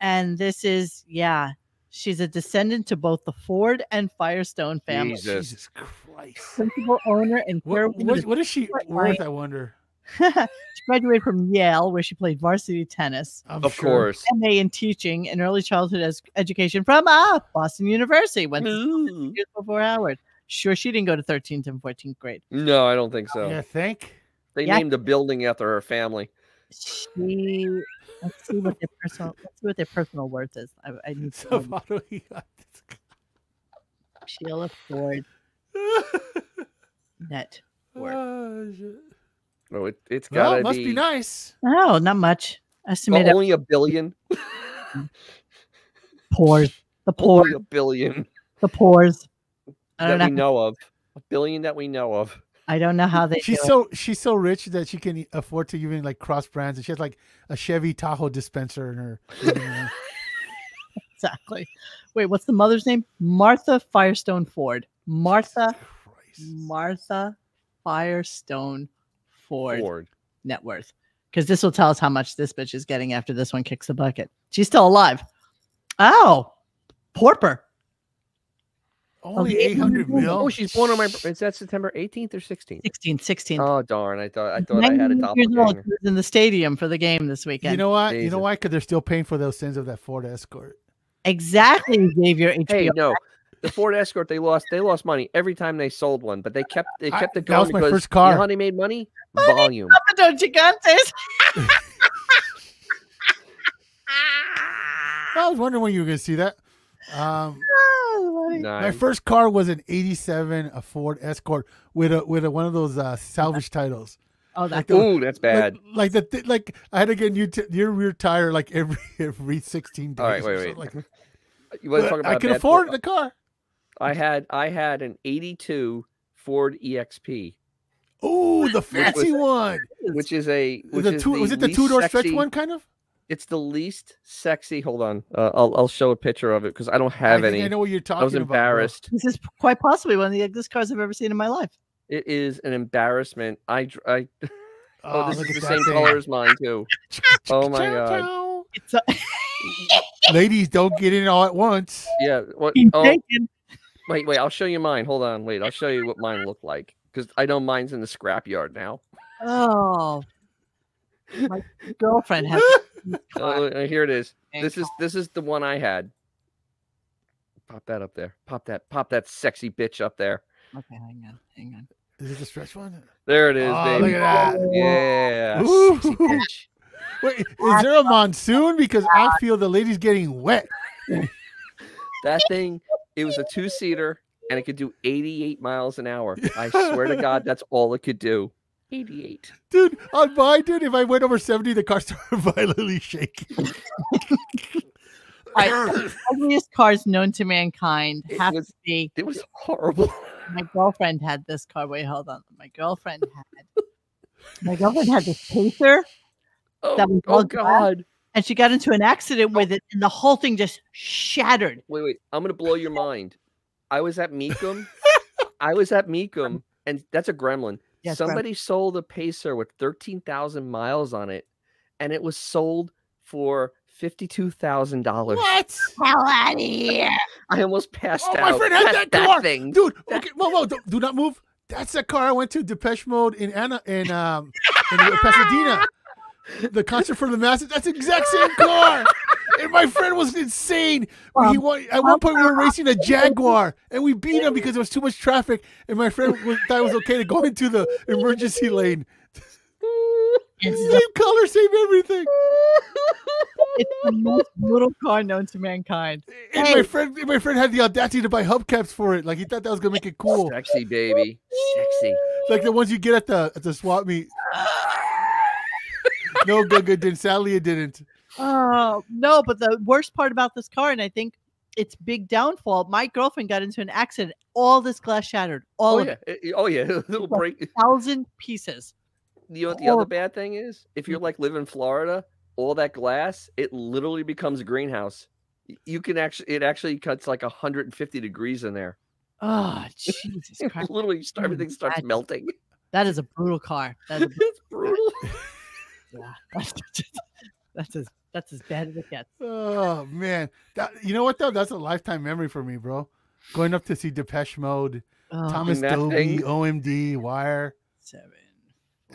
and this is yeah she's a descendant to both the ford and firestone families Jesus. Jesus Christ. principal owner and What, chairwoman what, of- what is she Right, worth? right. I wonder. she graduated from yale where she played varsity tennis I'm Of sure. course. ma in teaching and early childhood as education from ah, boston university went Mm-hmm. to No, years before howard sure she didn't go to 13th and 14th grade I don't think so. Yeah, thank. They Yeah. named a building after her family. she let's see what their personal let's see what their personal worth is i, I need to So Um, know. how do we got this sheila ford guy? net worth Oh, shit. No, it, it's Well, gotta it must be nice. Oh, not much. Estimate Oh, Well, only a billion. poor. Oh, The poor. Only a billion The poors. I that don't know. we know of. A billion that we know of. I don't know how they. She's do it. so she's so rich that she can afford to even like cross brands, and she has like a Chevy Tahoe dispenser in her. living room. exactly. Wait, what's the mother's name? Martha Firestone Ford. Martha. Martha Firestone Ford. Ford. Net worth. Because this will tell us how much this bitch is getting after this one kicks the bucket. She's still alive. Oh, Porper. Only Okay. eight hundred mil. Oh, she's born on my. Is that September 18th or 16th? 16th, 16th. Oh darn! I thought I thought I had a 90 years old. doppelganger. She was in the stadium for the game this weekend. You know what? You know why? Because they're still paying for those sins of that Ford Escort. Exactly, Xavier. HBO. Hey, no, the Ford Escort they lost they lost money every time they sold one, but they kept they I- kept it that going was my because first car. you know how they made money volume. Papa Don Gigantes. I was wondering when you were going to see that. Um, My Nice. first car was an '87 a Ford Escort with a with a, one of those uh, salvage titles. Oh, that's the- Ooh, that's bad. Like, like the thi- like I had to get new t- your rear tire like every every 16 days. All right, or wait, something wait. Like, You want But to talk about I can bad afford Ford- the car. I had I had an '82 Ford E EXP, Oh, the was- fancy one. which is a which The is two, the was it the least two door stretch sexy- one kind of? It's the least sexy. Hold on, uh, I'll I'll show a picture of it because I don't have I any. think I know what you're talking I was about, bro. embarrassed. This is quite possibly one of the ugliest cars I've ever seen in my life. It is an embarrassment. I dr- I. Oh, Oh, this look is at the that same thing. color as mine too. Oh my god! Chow. It's a, Ladies don't get in all at once. Yeah. What? He's Oh, taken. wait, wait. I'll show you mine. Hold on. Wait. I'll show you what mine looked like because I know mine's in the scrapyard now. Oh, my girlfriend has. Uh, uh, here it is. Dang This is this is the one I had. Pop that up there. Pop that. Pop that sexy bitch up there. Okay, hang on, hang on. Is it the stretch one? There it is, Oh, baby. look at that. Yeah. Ooh. Wait, is there a monsoon? Because I feel the lady's getting wet. That thing. It was a two seater, and it could do 88 miles an hour. I swear to God, that's all it could do. 88. Dude, on mine, dude, if I went over 70, the car started violently shaking. I, ugliest cars known to mankind It have was- to be. It was horrible. My girlfriend had this car. Wait, hold on. My girlfriend had. My girlfriend had this pacer, Oh, That was oh all glass. God. and she got into an accident with it, and the whole thing just shattered. Wait, wait. I'm gonna blow your mind. I was at Meekum. I was at Meekum, and that's a gremlin. Yes, gremlin. Somebody sold a pacer with thirteen thousand miles on it, and it was sold for fifty-two thousand dollars. What? Hell out of here! I almost passed Oh, out. my friend had that, That- that car. thing. Dude, okay, whoa, whoa, do, do not move. That's the car I went to Depeche Mode in Anna in um in Pasadena. The concert for the masses. That's the exact same car. And my friend was insane. He wa- at one point we were racing a Jaguar and we beat him because there was too much traffic. And my friend was, thought it was okay to go into the emergency lane. Same color, same everything. It's the most little car known to mankind. And Hey. my friend, my friend had the audacity to buy hubcaps for it. Like he thought that was gonna make it cool. Sexy baby, sexy. like the ones you get at the at the swap meet. no, good, good. Didn't sadly it didn't. Oh no! But the worst part about this car, and I think its big downfall, my girlfriend got into an accident. All this glass shattered. All Oh of yeah, it, it- it- oh yeah. It'll break. thousand pieces. You know what the other horrible. bad thing is? If you're like live in Florida, all that glass, it literally becomes a greenhouse. Y- You can actually, it actually cuts like 150 degrees in there. Oh Jesus Christ! literally, start, Can you everything starts imagine? melting. That is a brutal car. That is a it's brutal. Yeah, that's, that's as that's as bad as it gets. Oh man, that, you know what though? That's a lifetime memory for me, bro. Going up to see Depeche Mode, Oh, Thomas That Dolby, thing. OMD, Wire seven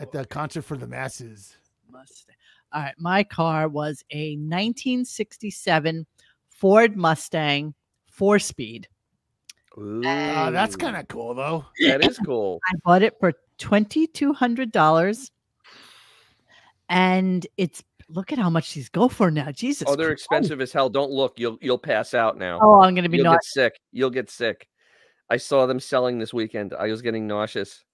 at the concert for the masses. Mustang. All right, my car was a 1967 Ford Mustang four speed. Oh, that's Ooh, kind of cool though. that is cool. I bought it for twenty two hundred dollars, and it's look at how much these go for now. Jesus, Oh, they're Christ. expensive as hell. Don't look. You'll you'll pass out now. Oh, I'm gonna be you'll not. get sick. You'll get sick. I saw them selling this weekend. I was getting nauseous.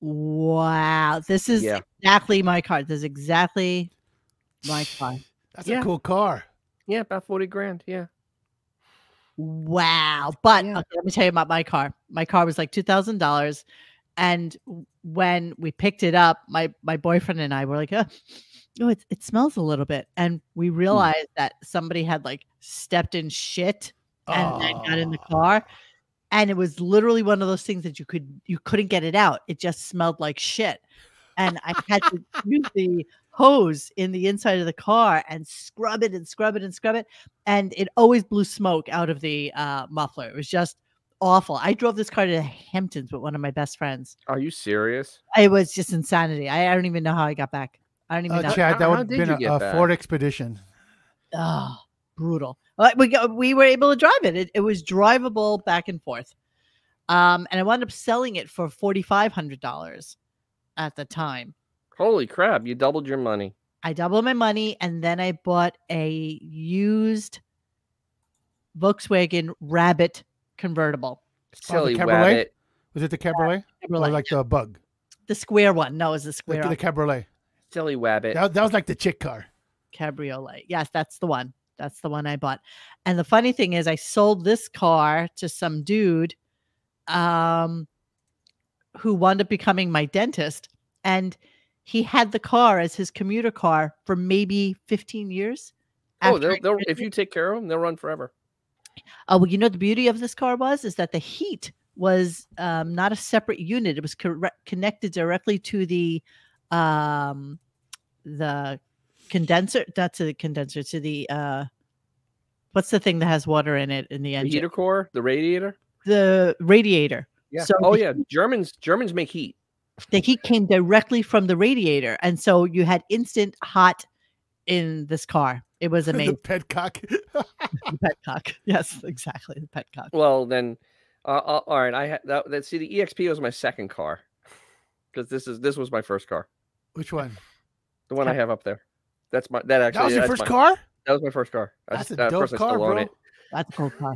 Wow, this is Yeah. exactly my car. This is exactly my car. That's Yeah. a cool car. Yeah, about 40 grand. Yeah. Wow. But okay, let me tell you about my car. My car was like $2,000. And w- when we picked it up, my, my boyfriend and I were like, oh, oh it, it smells a little bit. And we realized that somebody had like stepped in shit and then got in the Uh, car. And it was literally one of those things that you could you couldn't get it out. It just smelled like shit. And I had to use the hose in the inside of the car and scrub it and scrub it and scrub it. And it always blew smoke out of the uh, muffler. It was just awful. I drove this car to the Hamptons with one of my best friends. Are you serious? It was just insanity. I, I don't even know how I got back. I don't even Uh, know. Chad, that How- would how have did been you a, get a back? Ford Expedition. Oh, brutal. But we got, we were able to drive it. it. It was drivable back and forth. Um, and I wound up selling it for forty five hundred dollars at the time. Holy crap. You doubled your money. I doubled my money, and then I bought a used Volkswagen Rabbit convertible. Oh, the Silly Cabriolet? rabbit. Was it the Cabriolet? Cabriolet, Or like the bug? The square one. No, it was the The, square the Cabriolet. Silly rabbit. That, that was like the chick car. cabriolet. Yes, that's the one. That's the one I bought. And the funny thing is, I sold this car to some dude um, who wound up becoming my dentist. And he had the car as his commuter car for maybe 15 years. Oh, after they'll, I they'll, traded if you take care of them, they'll run forever. uh, well, you know what the beauty of this car was is that the heat was um, not a separate unit; it was corre- connected directly to the um, the condenser, not to the condenser, to the uh, what's the thing that has water in it in the The heater engine, core, the radiator. the radiator. Yeah. So oh the yeah. Germans Germans make heat. the heat came directly from the radiator, and so you had instant hot in this car. It was the amazing. Petcock. The petcock, yes, exactly the petcock. Well then, uh, uh, all right. I had that, that. See, the EXP was my second car because this is this was my first car, Which one? the one I have up there. That's my that actually that was your that's first my- car? That was my first car. I That's s- a uh, of dope course, I car, still own bro. it. That's a cool car.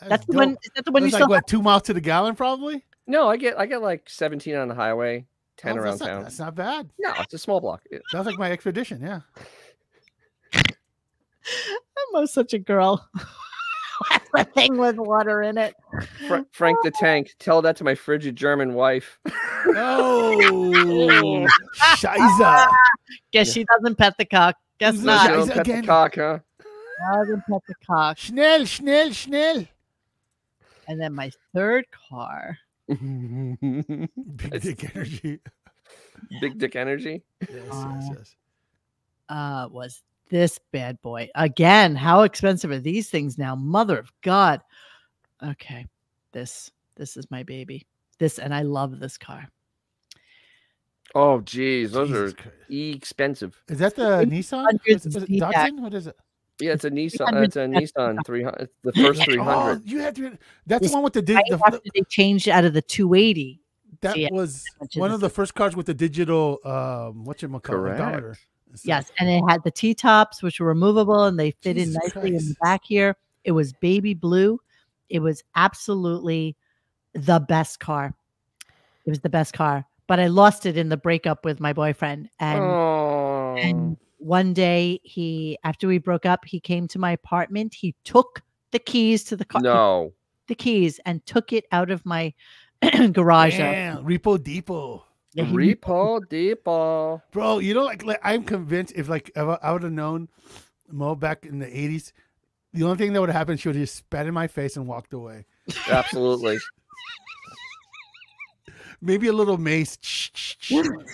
That's, That's the one- dope. is that the one you That was like still what two miles to the gallon probably? No, I get I get like 17 on the highway, 10 Oh, around that's not, town. That's not bad. No, it's a small block. It- That was like my expedition. Yeah. I'm almost such a girl. the thing with water in it. Fra- Frank the Tank. Tell that to my frigid German wife. Oh, Shiza. Guess she doesn't pet the cock. Guess Who's not. that? Don't is pet again- the cock, huh? Doesn't pet the cock. Schnell, schnell, schnell. And then my third car. Big dick energy. Big dick energy. Yes, yes, Uh, yes. uh, was this bad boy again? How expensive are these things now? Mother of God. Okay, this this is my baby. This and I love this car. Oh, geez, those Jesus are e Christ. expensive. Is that the Nissan? Was, was it Z-Pack. Datsun? What is it? Yeah, it's a Nissan. 300 That's a Nissan 300. The first Oh, 300. you had to. That's This- the one with the. Di- Right the, after they changed out of the 280. that yeah, was much is one this of the first cars with the digital. Um, what you call Correct. odometer. So- Yes, and it had the T tops, which were removable, and they fit in Jesus nicely in the Christ. back here. It was baby blue. It was absolutely the best car. It was the best car, but I lost it in the breakup with my boyfriend. And, Oh, and one day, he after we broke up, he came to my apartment. He took the keys to the car, he no. took the keys, and took it out of my garage. Damn, Repo Depot. Yeah, he- Repo Depot. Bro, you know, like, like I'm convinced if like if I- I would have known Mo back in the '80s, the only thing that would have happened, she would have just spat in my face and walked away. Absolutely. Maybe a little mace.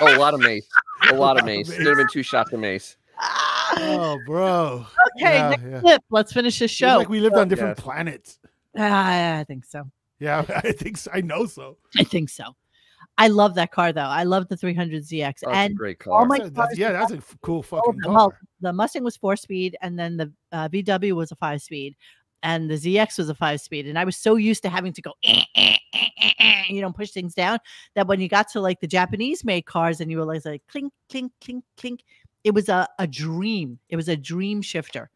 Oh, a lot of mace. A lot of mace. There'd have been two shots of mace. oh, bro. okay, Yeah, next yeah. clip. Let's finish this It's show. like we lived on different Yes. planets. Ah, I think so. Yeah, I think so. I know so. I think so. I love that car though. I love the 300ZX. Oh, it's a and great all car. my That's- that's- cars were yeah, that's a f- cool all fucking the- well, car. the Mustang was four speed, and then the uh, VW was a five speed, and the ZX was a five speed. And I was so used to having to go, eh, eh, eh, eh, eh, you know, push things down that when you got to like the Japanese made cars and you were like, like clink, clink, clink, clink, it was a, a dream. It was a dream shifter.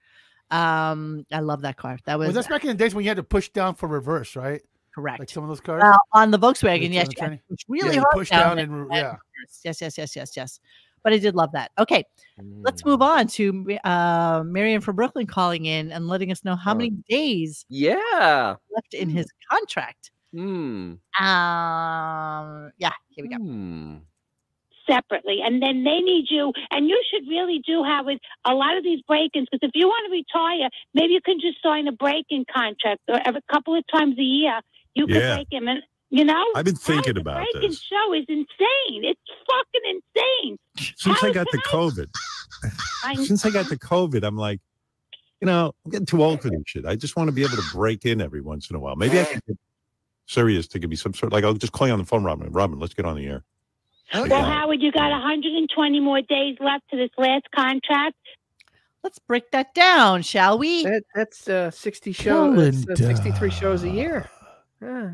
Um, I love that car. That was, Was that back in the days when you had to push down for reverse, right? Correct. Like some of those cars. Well, on the Volkswagen, It's yes, on the yes, tranny. it's Yeah, really you hard push down there. and re- yeah. Yes, yes, yes, yes, yes. But I did love that. Okay, Hmm. Mm. let's move on to uh, Marion from Brooklyn calling in and letting us know how many days Yeah. left Mm. in his contract. Hmm. Um, yeah, here we go. separately, and then they need you. And you should really do Howard a lot of these break-ins because if you want to retire, maybe you can just sign a break-in contract or every couple of times a year you could Yeah. break him. And you know, I've been thinking about break-in this show is insane. It's fucking insane. since I got the COVID. I- Since I got the COVID, I'm like, you know, I'm getting too old for this shit. I just want to be able to break in every once in a while. Maybe I can get serious to give me some sort. Like I'll just call you on the phone, Robin. Robin, let's get on the air. Well, Howard, you got 120 more days left to this last contract. Let's break that down, shall we? That, that's uh, 60 shows. That's, uh, Calendar. 63 shows a year. Yeah.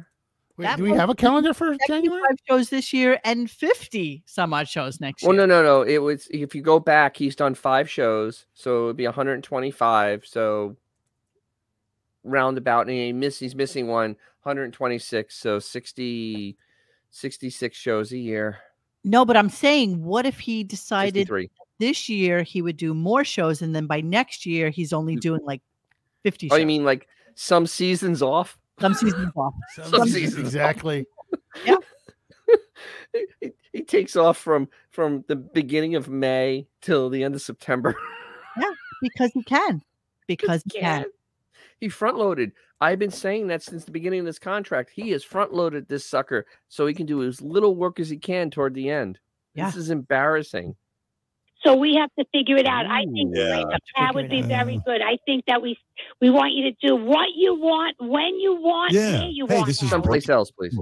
That do we will have a be calendar for 75 shows this year and 50 some odd shows next Well, year. Oh, no, no, no. It was if you go back, he's done five shows, so it would be 125. So roundabout, and he miss, he's missing one, 126. So 60, 66 shows a year. No, but I'm saying, what if he decided 63. this year he would do more shows, and then by next year he's only doing like 50 Mm. Oh, shows? you mean like some seasons off? some seasons off. Some seasons exactly. He, he takes off from from the beginning of May till the end of September. Yeah, because he can. Because he can. He front loaded. I've been saying that since the beginning of this contract. He has front loaded this sucker so he can do as little work as he can toward the end. This is embarrassing. So we have to figure it out. I think Ooh, yeah. that would be very good. I think that we we want you to do what you want, when you want, Yeah. where you Hey, want. this is Howard. Someplace else, please.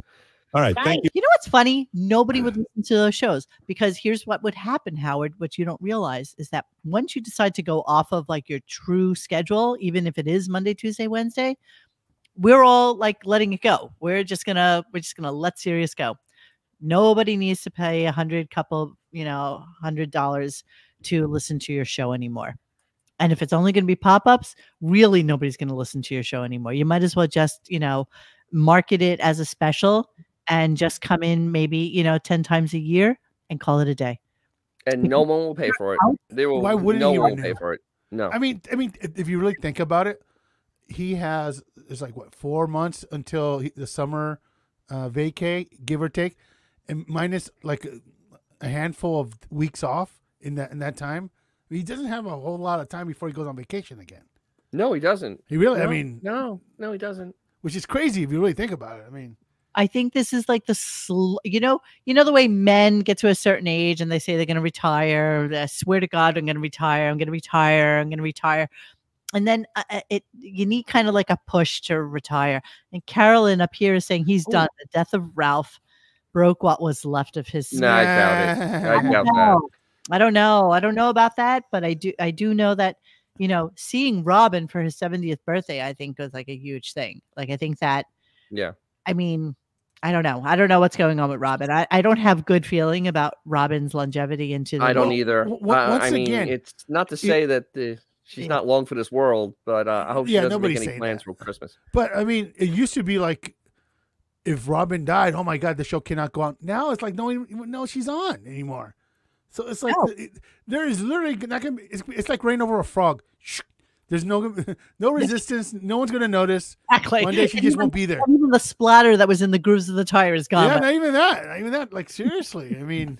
All right. Thank you. You know what's funny? Nobody would listen to those shows because here's what would happen, Howard. What you don't realize is that once you decide to go off of like your true schedule, even if it is Monday, Tuesday, Wednesday, we're all like letting it go. We're just gonna we're just gonna let Sirius go. Nobody needs to pay a hundred couple, you know, hundred dollars to listen to your show anymore. And if it's only going to be pop ups, really nobody's going to listen to your show anymore. You might as well just, you know, market it as a special and just come in maybe, you know, 10 times a year and call it a day. And no one will pay for it. They will Why wouldn't no he one will renew? pay for it. No. I mean, I mean, if you really think about it, he has it's like what four months until he, the summer uh, vacay, give or take, and minus like a, a handful of weeks off in that in that time. He doesn't have a whole lot of time before he goes on vacation again, no, he doesn't. He really- I No, mean- no, no, he doesn't. which is crazy if you really think about it. I mean, I think this is like the sl- you know you know the way men get to a certain age and they say they're going to retire. I swear to God, I'm going to retire. I'm going to retire. I'm going to retire. And then uh, uh, it you need kind of like a push to retire. And Carolyn up here is saying he's done. The death of Ralph broke what was left of his. Nah, I doubt it. I don't doubt that. know. I don't know. I don't know about that, but I do. I do know that you know seeing Robin for his 70th birthday, I think was like a huge thing. Like I think that Yeah. I mean, I don't know. I don't know what's going on with Robin. I, I don't have good feeling about Robin's longevity into the I don't league. either. w- Uh, I once mean, again, it's not to say that the, she's not long for this world, but uh, I hope she Yeah, doesn't nobody's make any saying plans for Christmas. but I mean, it used to be like if Robin died, oh my God, the show cannot go on. Now it's like no, even- no, she's on anymore. So it's like it- there is literally not gonna. Be, it's, it's like rain over a frog. Shh. There's no no resistance. No one's gonna notice. Exactly. One day she And just even- won't be there. Even the splatter that was in the grooves of the tire is gone. Yeah, but- not even that. Not even that. Like seriously, I mean,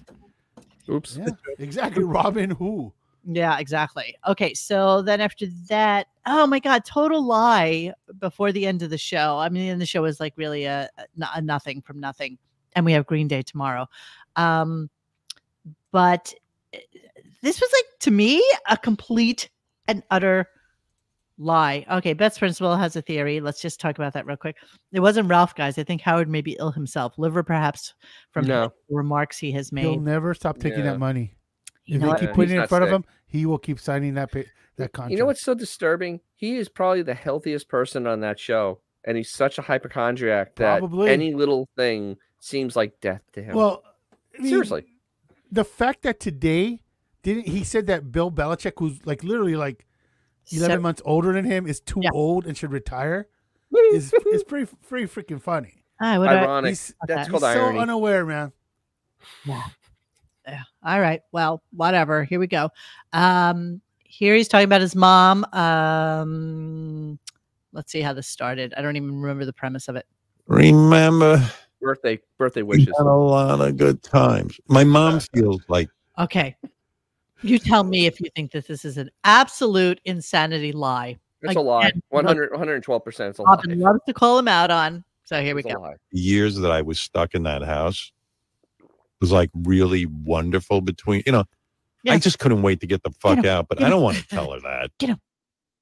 oops. Yeah, exactly. Robin who? Yeah, exactly. Okay, so then after that, oh my God, total lie before the end of the show. I mean, the end of the show is like really a, a no- a nothing from nothing, and we have Green Day tomorrow. Um, but eh, this was like to me a complete and utter lie. Okay, Beth's principle has a theory. Let's just talk about that real quick. It wasn't Ralph, guys. I think Howard may be ill himself, liver perhaps from No. remarks he has He'll made. never stop taking Yeah. that money. You if know they what? keep Yeah, putting he's it in not front of sick. him, he will keep signing that pa- that contract. You know what's so disturbing? He is probably the healthiest person on that show, and he's such a hypochondriac that Probably. any little thing seems like death to him. Well, I mean, seriously, the fact that today didn't he said that Bill Belichick, who's like literally like eleven Sev- months older than him, is too old and should retire. is is pretty pretty freaking funny. Ah, what do I- Ironic. He's, That's he's called so irony. unaware, man. All right. Well, whatever. Here we go. Um, here he's talking about his mom. Um, let's see how this started. I don't even remember the premise of it. Remember, Birthday birthday we wishes. had a lot of good times. My mom feels like Okay. You tell me if you think that this is an absolute insanity lie. It's a lie. Again, what 100, 112% is a lie. Robin loves to call him out on. So here we It's a go. lie. the years that I was stuck in that house was like really wonderful between, you know, I just couldn't wait to get the fuck out, but I don't want to tell her that. Get him.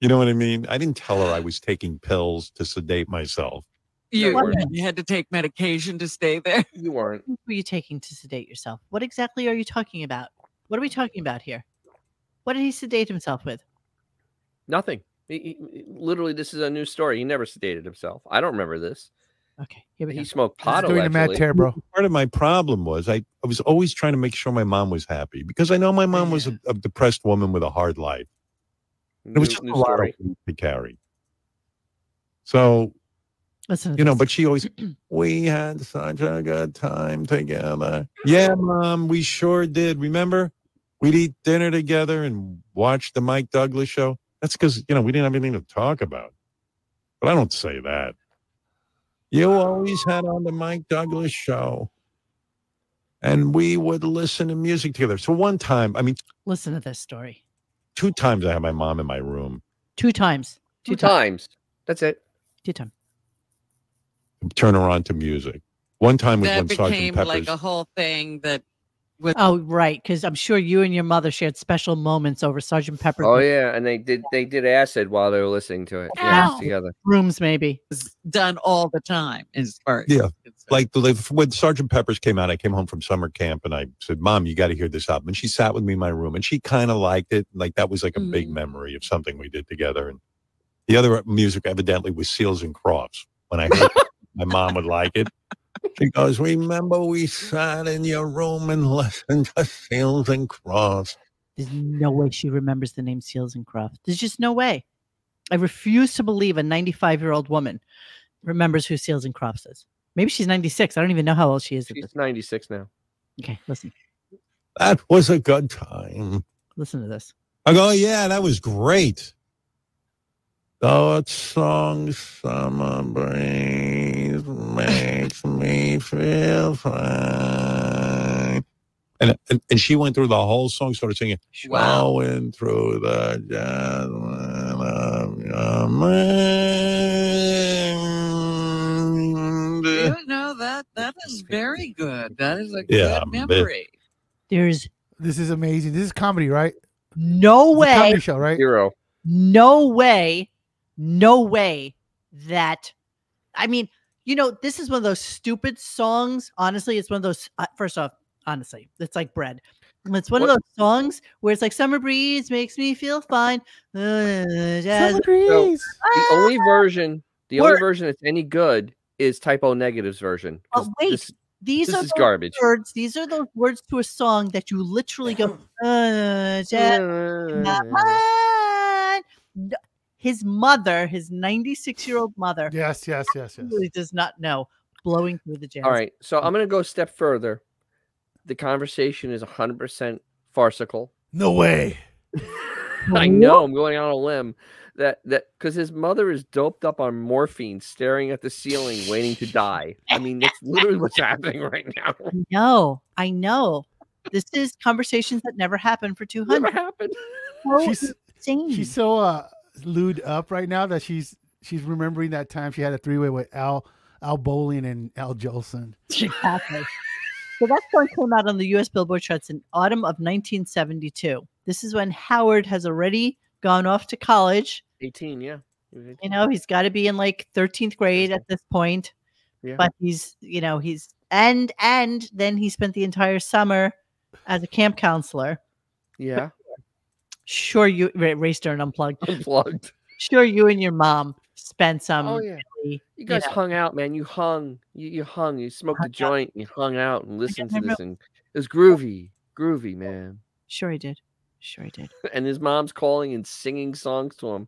You know what I mean? I didn't tell her I was taking pills to sedate myself. You, What? you had to take medication to stay there. You weren't. What were you taking to sedate yourself? What exactly are you talking about? What are we talking about here? What did he sedate himself with? Nothing. He- he- literally, this is a new story. He never sedated himself. I don't remember this. Okay. Here he smoked pot. doing the Matt allegedly. Terbo. Part of my problem was I, I was always trying to make sure my mom was happy because I know my mom was a, a depressed woman with a hard life. It was New- just new a lot story. of weight to carry. So, Listen, you know, but she always, we had such a good time together. Yeah, mom, we sure did. Remember, we'd eat dinner together and watch the Mike Douglas show. That's because, you know, we didn't have anything to talk about. But I don't say that. You always had on the Mike Douglas show. And we would listen to music together. So one time, I mean, Listen to this story. two times I had my mom in my room. Two times. Two times. That's it. Two times. turn her on to music. One time was That when became Sergeant Pepper's. like a whole thing that oh, right. Because I'm sure you and your mother shared special moments over Sergeant Pepper's Oh yeah, and they did they did acid while they were listening to it. Yeah, together. rooms, maybe. done all the time is or yeah, like the, the- when Sergeant Pepper's came out, I came home from summer camp and I said, "Mom, you got to hear this album." And she sat with me in my room, and she kind of liked it. Like that was like a big memory of something we did together. And the other uh, music, evidently, was Seals and Crofts. When I heard it, my mom would like it. She goes, "Remember, we sat in your room and listened to Seals and Crofts." There's no way she remembers the name Seals and Croft. There's just no way. I refuse to believe a 95 year old woman remembers who Seals and Crofts is. Maybe she's 96. I don't even know how old she is. at She's 96 now. Okay, listen. That was a good time. Listen to this. I go, "Oh, yeah, that was great. That song, Summer Breeze, makes me feel fine. And, and, and she went through the whole song, started singing, Wow. Going through the jasmine of your mind. you know that that is very good. That is a good Yeah, but- memory. There's this is amazing. This is comedy, right? No It's a way. comedy show, right? Zero. no way, no way that I mean, you know, this is one of those stupid songs. Honestly, it's one of those. Uh, first off, honestly, it's like bread. It's one of What- those songs where it's like summer breeze makes me feel fine. Uh, Ah, jazz- So, the only version, the We're- only version that's any good is typo negatives version. 'cause Oh, wait, this- these this are is those garbage. words. These are those words to a song that you literally go. Uh, jazz in my mind." No- His mother, his 96 year old mother, Yes, yes, yes, yes. really does not know blowing through the jazz. All right, so I'm gonna go a step further. The conversation is 100 percent farcical. No way. I know I'm going on a limb that that because his mother is doped up on morphine, staring at the ceiling, waiting to die. I mean, that's literally what's happening right now. I know. I know. This is conversations that never happen for 200. Never happened. Oh, She's she's so uh lewd up right now that she's she's remembering that time she had a three way with Al Al Bolin and Al Jolson. Exactly. so that song came out on the US Billboard charts in autumn of 1972. This is when Howard has already gone off to college. 18, yeah. He was 18. You know, he's got to be in like 13th grade at this point. Yeah. But he's, you know, he's and and then he spent the entire summer as a camp counselor. yeah, Sure, you Ra- Ray Stern unplugged. unplugged. Sure, you and your mom spent some. Oh, yeah. um, really, You guys know, hung out, man. You hung, you, you hung, you smoked a joint, and you hung out and listened to this, and it was groovy, groovy, man. Sure, I did. Sure, I did. And his mom's calling and singing songs to him.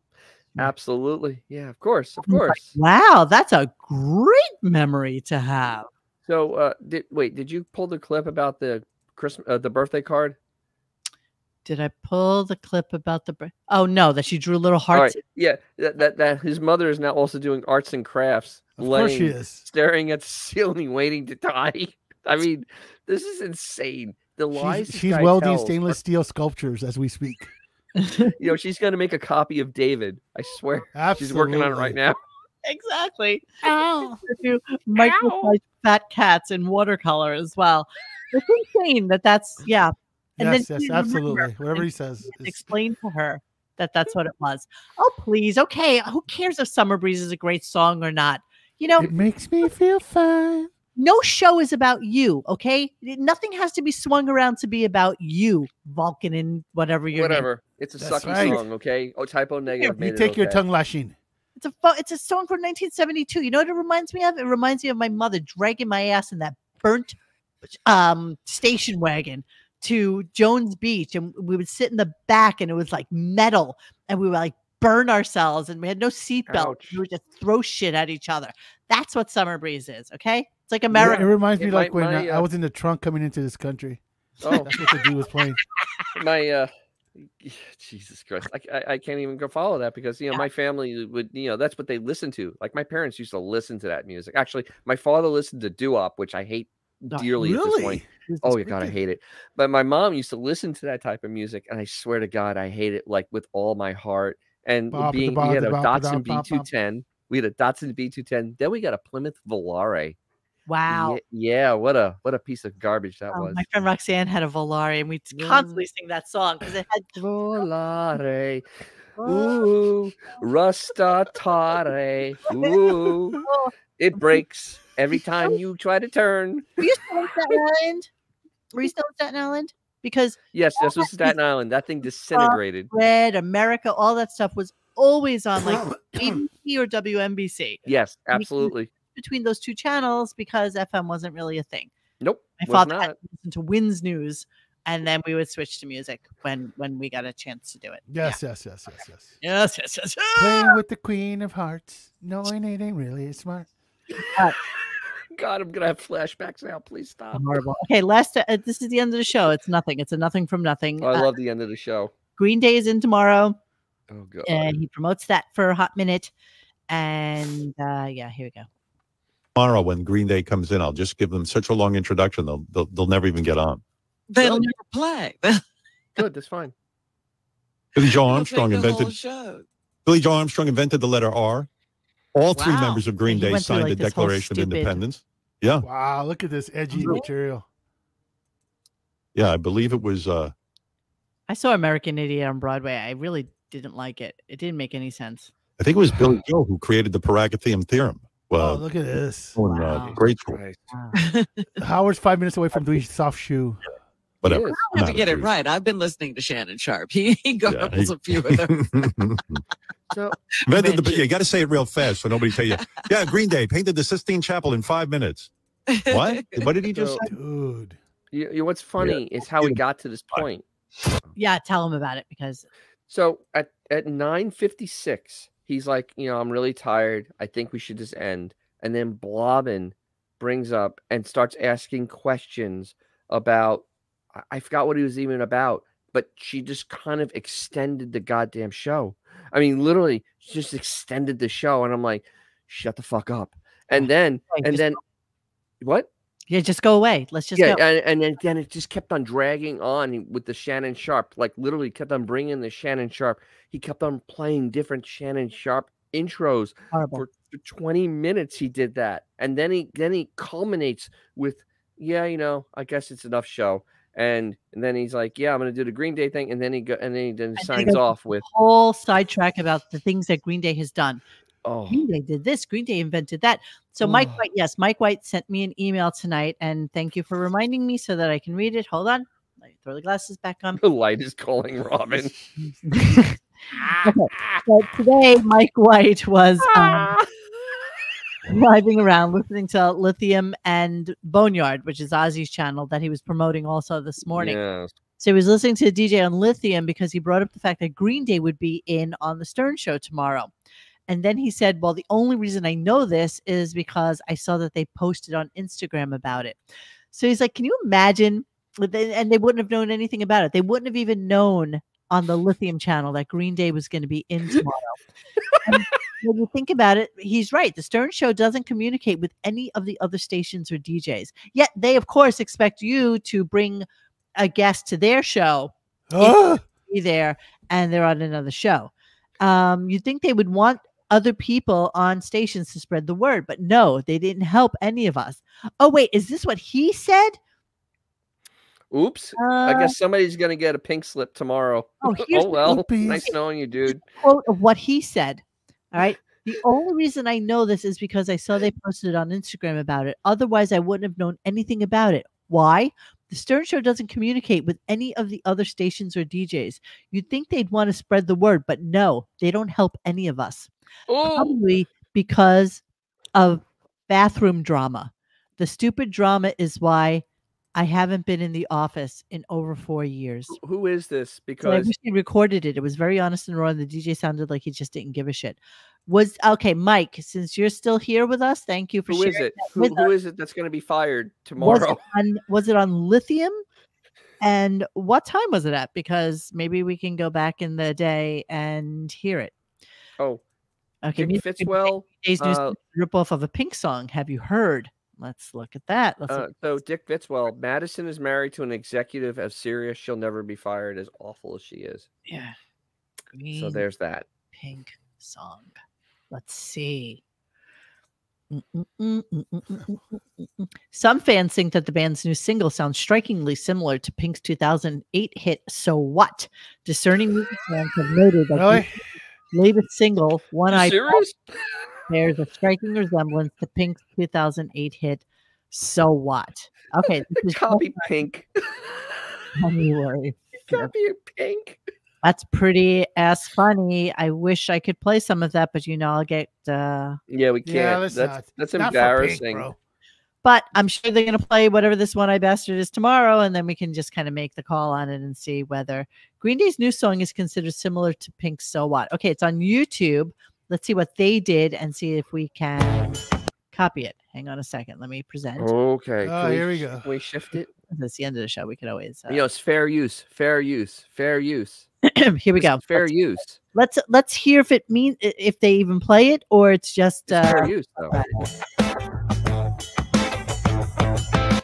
Absolutely. Yeah, of course. Of I'm like, course. Mm-hmm. Wow, that's a great memory to have. So, uh, did wait? Did you pull the clip about the Christmas, uh, the birthday card? Did I pull the clip about the? br- Oh no, that she drew little All hearts. right. Yeah. That, that that his mother is now also doing arts and crafts. Of course she is. Staring at the ceiling, waiting to die. I mean, this is insane. The lies. She's, this she's guy welding tells are- stainless steel sculptures as we speak. You know, she's gonna make a copy of David. I swear. She's working on it right Absolutely. now. Exactly. Ow. Microsized fat cats in watercolor as well. It's insane that that's yeah. Yes, she yes, remembered absolutely. Whatever and he says she explained to her that that's what it was. Oh please, okay. Who cares if Summer Breeze is a great song or not? You know, it makes me feel fine. no show is about you, okay? Nothing has to be swung around to be about you, Vulcan, and whatever your name- Whatever. It's a That's sucky right. song. Okay. Oh, typo negative. You made it take your okay. tongue lashing. It's a fo- it's a song from 1972. You know what it reminds me of? It reminds me of my mother dragging my ass in that burnt um station wagon to Jones Beach and we would sit in the back and it was like metal and we would like burn ourselves and we had no seatbelt. We would just throw shit at each other. That's what summer breeze is, okay? It's like Yeah, America. It reminds me It like might- when my, I, I uh, was in the trunk coming into this country. Oh. that's what the dude was playing. my uh jesus christ I, I i can't even go follow that because you know my family would you know that's what they listen to like my parents used to listen to that music actually my father listened to doo-wop which i hate No, dearly at this point Jesus oh you gotta freaking- hate it but my mom used to listen to that type of music and i swear to god i hate it like with all my heart and Bop, being bop, we had a bop, datsun bop, bop, bop. b210 we had a datsun b210 then we got a plymouth volare Wow. Ye- yeah, what a what a piece of garbage that Um, was my friend Roxanne had a Volare, and we constantly sing that song because it had Volare. Ooh, rustatare. Ooh, Oh, it breaks every time you try to turn. Were you still on Staten Island? Were you still on Staten Island? Because Yes, this was Staten Island. That thing disintegrated. Red America, all that stuff was always on like ABC or WMBC. Yes, And you couldn't absolutely. switch Between those two channels, because FM wasn't really a thing. Nope. My was father not. had to listen to Wins News, and then we would switch to music when when we got a chance to do it. Yes, yes, yes, yes, yes. Yes, yes, yes. Ah! Playing with the Queen of Hearts, knowing it ain't really smart. God, I'm gonna have flashbacks now. Please stop. Horrible. Okay, last. Uh, this is the end of the show. It's nothing. It's a nothing from nothing. Oh, I Uh, love the end of the show. Green Day is in tomorrow. Oh god. and he promotes that for a hot minute. And uh, yeah, here we go. Tomorrow, when Green Day comes in, I'll just give them such a long introduction, they'll, they'll, they'll never even get on. They'll never play. Good, that's fine. Billy Joe They'll Armstrong play the whole invented show. Billy Joe Armstrong invented the letter R. All three Wow. members of Green Yeah, he Day went through, signed like, the this whole Declaration of stupid- Independence. Oh. Yeah, Wow, look at this edgy material. yeah, I believe it was. Uh, I saw American Idiot on Broadway. I really didn't like it. It didn't make any sense. I think it was Billy Joe who created the Paracatheum theorem. Well, Oh, look at this. in, uh, grade school. Howard's five minutes away from doing soft shoe. Whatever. I have to get it right. I've been listening to Shannon Sharp. He, he garbles a few of them. So Invented the- you got to say it real fast so nobody tell you. Yeah, Green Day painted the Sistine Chapel in five minutes. What? What did he just So- say? Dude. You, you, what's funny is how we got to this point. Oh. Yeah, tell him about it because oh, So at at nine fifty six, he's like, you know, I'm really tired. I think we should just end. And then Blobbin brings up and starts asking questions about I, I forgot what he was even about, but she just kind of extended the goddamn show. I mean, literally, she just extended the show, and I'm like, shut the fuck up. And then and just then what? yeah, just go away. Let's just yeah, go. and, and then, then it just kept on dragging on with the Shannon Sharp, like literally kept on bringing the Shannon Sharp. He kept on playing different Shannon Sharp intros for, for 20 minutes. He did that, and then he then he culminates with, yeah, you know, I guess it's enough show. And, and then he's like, yeah, I'm gonna do the Green Day thing, and then he go and then he then signs goes- off with, Whole sidetrack about the things that Green Day has done. oh, Green Day did this. Green Day invented that. So Mike White, yes, Mike White sent me an email tonight, and thank you for reminding me so that I can read it. Hold on, let me throw the glasses back on. the light is calling Robin. Okay. So today, Mike White was um, driving around listening to Lithium and Boneyard, which is Ozzy's channel that he was promoting also this morning. Yes. So he was listening to DJ on Lithium because he brought up the fact that Green Day would be in on the Stern Show tomorrow. And then he said, Well, the only reason I know this is because I saw that they posted on Instagram about it. So he's like, Can you imagine? But they- And they wouldn't have known anything about it. They wouldn't have even known on the Lithium channel that Green Day was going to be in tomorrow. And when you think about it, he's right. The Stern Show doesn't communicate with any of the other stations or DJs. Yet they, of course, expect you to bring a guest to their show if they're Ugh. be there and they're on another show. Um, you'd think they would want other people on stations to spread the word, but no, they didn't help any of us. Oh, wait, is this what he said? Oops. I Uh, guess somebody's going to get a pink slip tomorrow. Oh, here's the well. Oopies. Nice knowing you, dude. quote of what he said. All right. The only reason I know this is because I saw they posted it on Instagram about it. Otherwise, I wouldn't have known anything about it. Why? The Stern Show doesn't communicate with any of the other stations or DJs. You'd think they'd want to spread the word, but no, they don't help any of us. Oh. Probably because of bathroom drama. The stupid drama is why I haven't been in the office in over four years. Who is this? So I Because wish he recorded it. It was very honest and raw. And the DJ sounded like he just didn't give a shit. Was okay, Mike. Since you're still here with us, thank you for who sharing. is it? that Who, with who us. is it that's going to be fired Was tomorrow? it, on, was it on lithium? And what time was it at? Because maybe we can go back in the day and hear it. Oh, Okay, Dick music and Tech Fitzwell, Days News uh, ripoff of a Pink song. Have you heard? Let's look at that. Let's Uh, look- so Dick Fitzwell, Madison is married to an executive as serious. She'll never be fired, as awful as she is. yeah, So Green there's that. Pink song. Let's see. Mm, mm, mm, mm, mm, mm, mm, mm, mm, mm. Some fans think that the band's new single sounds strikingly similar to Pink's 2008 hit "So What." Discerning music fans have noted that Really? Pink's latest single "One Eye Serious? bears a striking resemblance to Pink's 2008 hit "So What." Okay, this is Copy Pink. January Copy Pink. that's pretty ass funny. I wish I could play some of that, but you know, I'll get. Uh, Yeah, we can't. Yeah, let's that's not. that's Not for Pink, embarrassing. bro. but I'm sure they're going to play whatever this one I bastard is tomorrow, and then we can just kind of make the call on it and see whether Green Day's new song is considered similar to Pink's "So What." Okay, it's on YouTube. Let's see what they did and see if we can copy it. Hang on a second. Let me present. Okay. Oh, can here we sh- go. can we shift it. That's the end of the show. We could always. Uh, You know, it's fair use. Fair use. Fair use. here we go. Fair Let's- use. Let's let's hear if it mean i- if they even play it or it's just. Uh, fair use, though.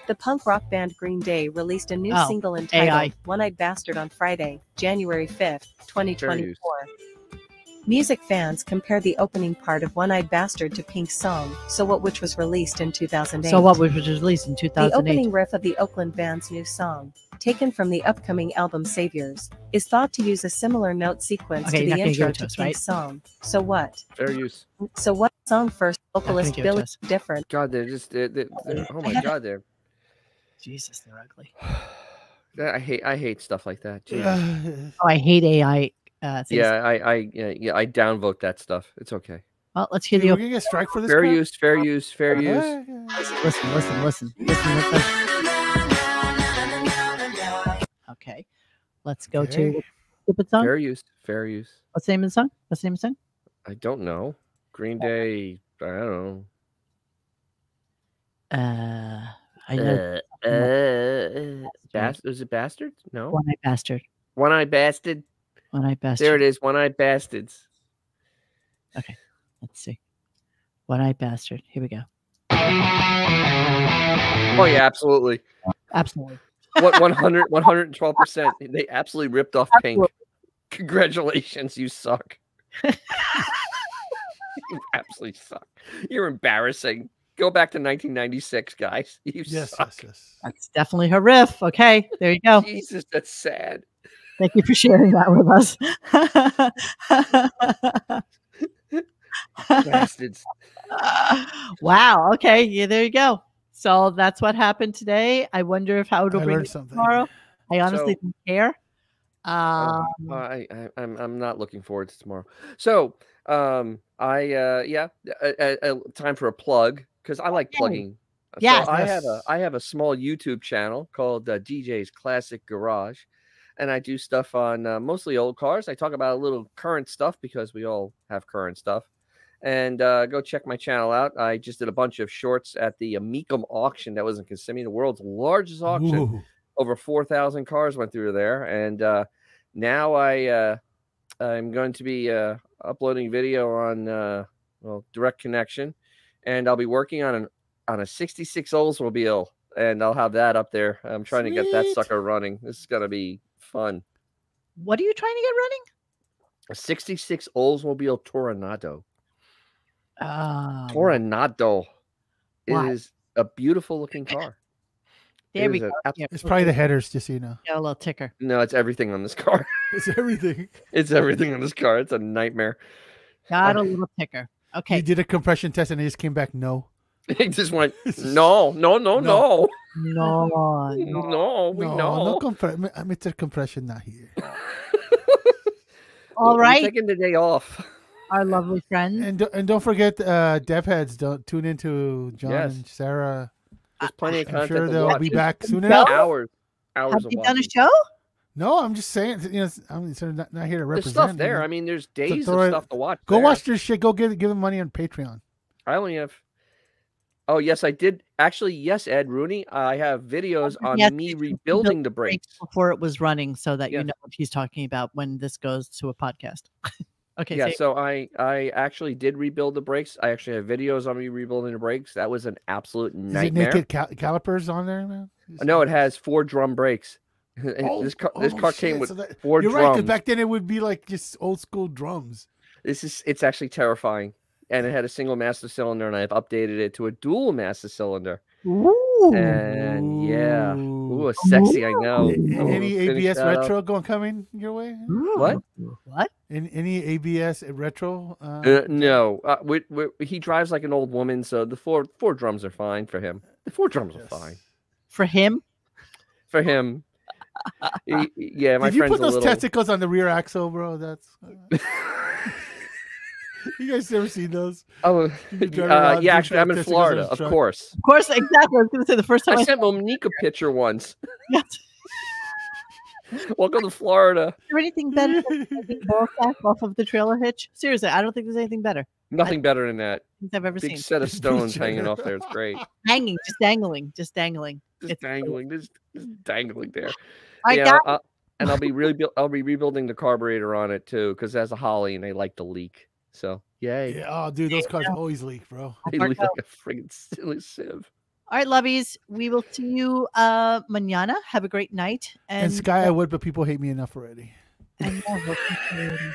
The punk rock band Green Day released a new Oh, single AI. entitled One Eyed Bastard on Friday, January 5th, 2024. Music fans compare the opening part of One Eyed Bastard to Pink's song, So What, which was released in 2008. so what was released in The 2008? opening riff of the Oakland band's new song, taken from the upcoming album Saviors, is thought to use a similar note sequence Okay, to you're the not gonna give intro it to to us, Pink's right? song, So What? Fair use. So What song first vocalist give it to Billy us. Different. God, they're just. They're, they're, they're- oh my have it. God, they're. Jesus, they're ugly. I hate. I hate stuff like that. Jesus. Oh, I hate AI. Uh, things. Yeah, I, I, yeah, yeah, I downvote that stuff. It's okay. Well, let's hear Dude, the we're opening. gonna get strike for this. Fair crap? use, fair use, fair uh-huh. use. Listen, listen, listen, listen. listen. Okay, let's go to Okay. stupid song. Fair use, fair use. What's the name of the song? What's the name of the song? I don't know. Green Day, I don't know. Uh, I know Uh, uh, bas- was it Bastards? No. one eyed bastard. One Eye Bastard. One eyed bastard. There it is, One Eye Bastards. Okay, let's see. One eyed bastard. Here we go. Oh, yeah, absolutely. Absolutely. What 100, 112%. They absolutely ripped off Pink. Congratulations, you suck. you absolutely suck. You're embarrassing. Go back to 1996, guys. You Yes, suck. yes, yes. That's definitely her riff. Okay, there you go. Jesus, that's sad. Thank you for sharing that with us. Bastards. wow. Okay. Yeah, there you go. So that's what happened today. I wonder if how it'll I bring learned it something. tomorrow. I honestly So- don't care. Uh, Um, I, I, I'm, I'm not looking forward to tomorrow. So, um, I, uh, yeah, uh, uh, uh, time for a plug because I like plugging. Uh, Yes. So I have a, Yes. I have a small YouTube channel called uh, DJ's Classic Garage, and I do stuff on uh, mostly old cars. I talk about a little current stuff because we all have current stuff. And uh, go check my channel out. I just did a bunch of shorts at the Amicum auction that was in Kissimmee, the world's largest auction. Ooh. Over four thousand cars went through there, and uh, now I uh, I'm going to be uh, uploading video on uh, well Direct Connection, and I'll be working on an on a '66 Oldsmobile, and I'll have that up there. I'm trying to get that Sweet. sucker running. This is gonna be fun. What are you trying to A '66 Oldsmobile Toronado. get running? Oh, Toronado. It Why? is a beautiful looking car. there we is go. an Yeah, It's probably the headers, just so you know. Got a little ticker. No, it's everything on this car. It's everything. it's everything on this car. It's a nightmare. Got a little ticker. Okay. You did a compression test and it just came back no. It just went no, no, no, no, No, no, we no, know. No compre- Mi- uh, Mr. Compression not here. All We're right, taking the day off. our lovely Mm-hmm. friends. And do- and don't forget, uh, Dev Heads, don't tune into John Yes. and Sarah. There's plenty of I'm content. sure to they'll watch. be There's back soon enough. Hours, hours Have of you done a watching. show? No, I'm just saying. You know, it's- I'm sort of not, not here to There's represent. stuff you there. know. I mean, there's So days of throw it- stuff to watch. Go there. watch their shit. Go give give them money on Patreon. I only have. Oh yes, I did actually. Yes, Ed Rooney, I have videos on Yes, me you can rebuilding the break brakes. before it was running, so that you know what he's talking about when this goes to a podcast. okay. yeah, say- so I I actually did rebuild the brakes. I actually have videos on me rebuilding the brakes. That was an absolute Is nightmare. it naked cal- calipers on there, man? No, it has four drum brakes. Oh, this car, this oh, car shit, came with so that- four You're right. 'cause drums. Back then, it would be like just old school drums. This is it's actually terrifying. And it had a single master cylinder, and I've updated it to a dual master cylinder. Ooh. And yeah, ooh, it's sexy. I know. I'm gonna Any Hmm? finish ABS that up. retro Oh, going coming your way? What? What? Any, any ABS retro? Uh, Uh, no, uh, we, we, he drives like an old woman, so the four four drums are fine for him. The four drums are fine for him, for him. Y- yeah, my Did you friend's put a those little. testicles on the rear axle, bro? That's. uh, you guys never seen those? Oh, You drive uh, around, yeah, you actually, got I'm in testicles on Florida, his of truck. course. of course, exactly. I was going to say the first time I I, sent Monique a picture once. Welcome to Florida. Is there anything better than taking ball sack off of the trailer hitch? Seriously, I don't think there's anything better Nothing better than that. I've ever Big seen. set of stones hanging off there. It's great. Hanging, just dangling, just dangling. Just dangling, just, just dangling there. I yeah, got- I'll- and I'll be really, I'll be rebuilding the carburetor on it too, because it has a Holly and they like to leak. So yay. Yeah, oh, dude, those cars always leak, bro. They look like a friggin' silly sieve. All right, lovies, we will see you uh mañana. Have a great night. And, uh, And Sky, I would, but people hate me enough already. and yeah, we'll see you later.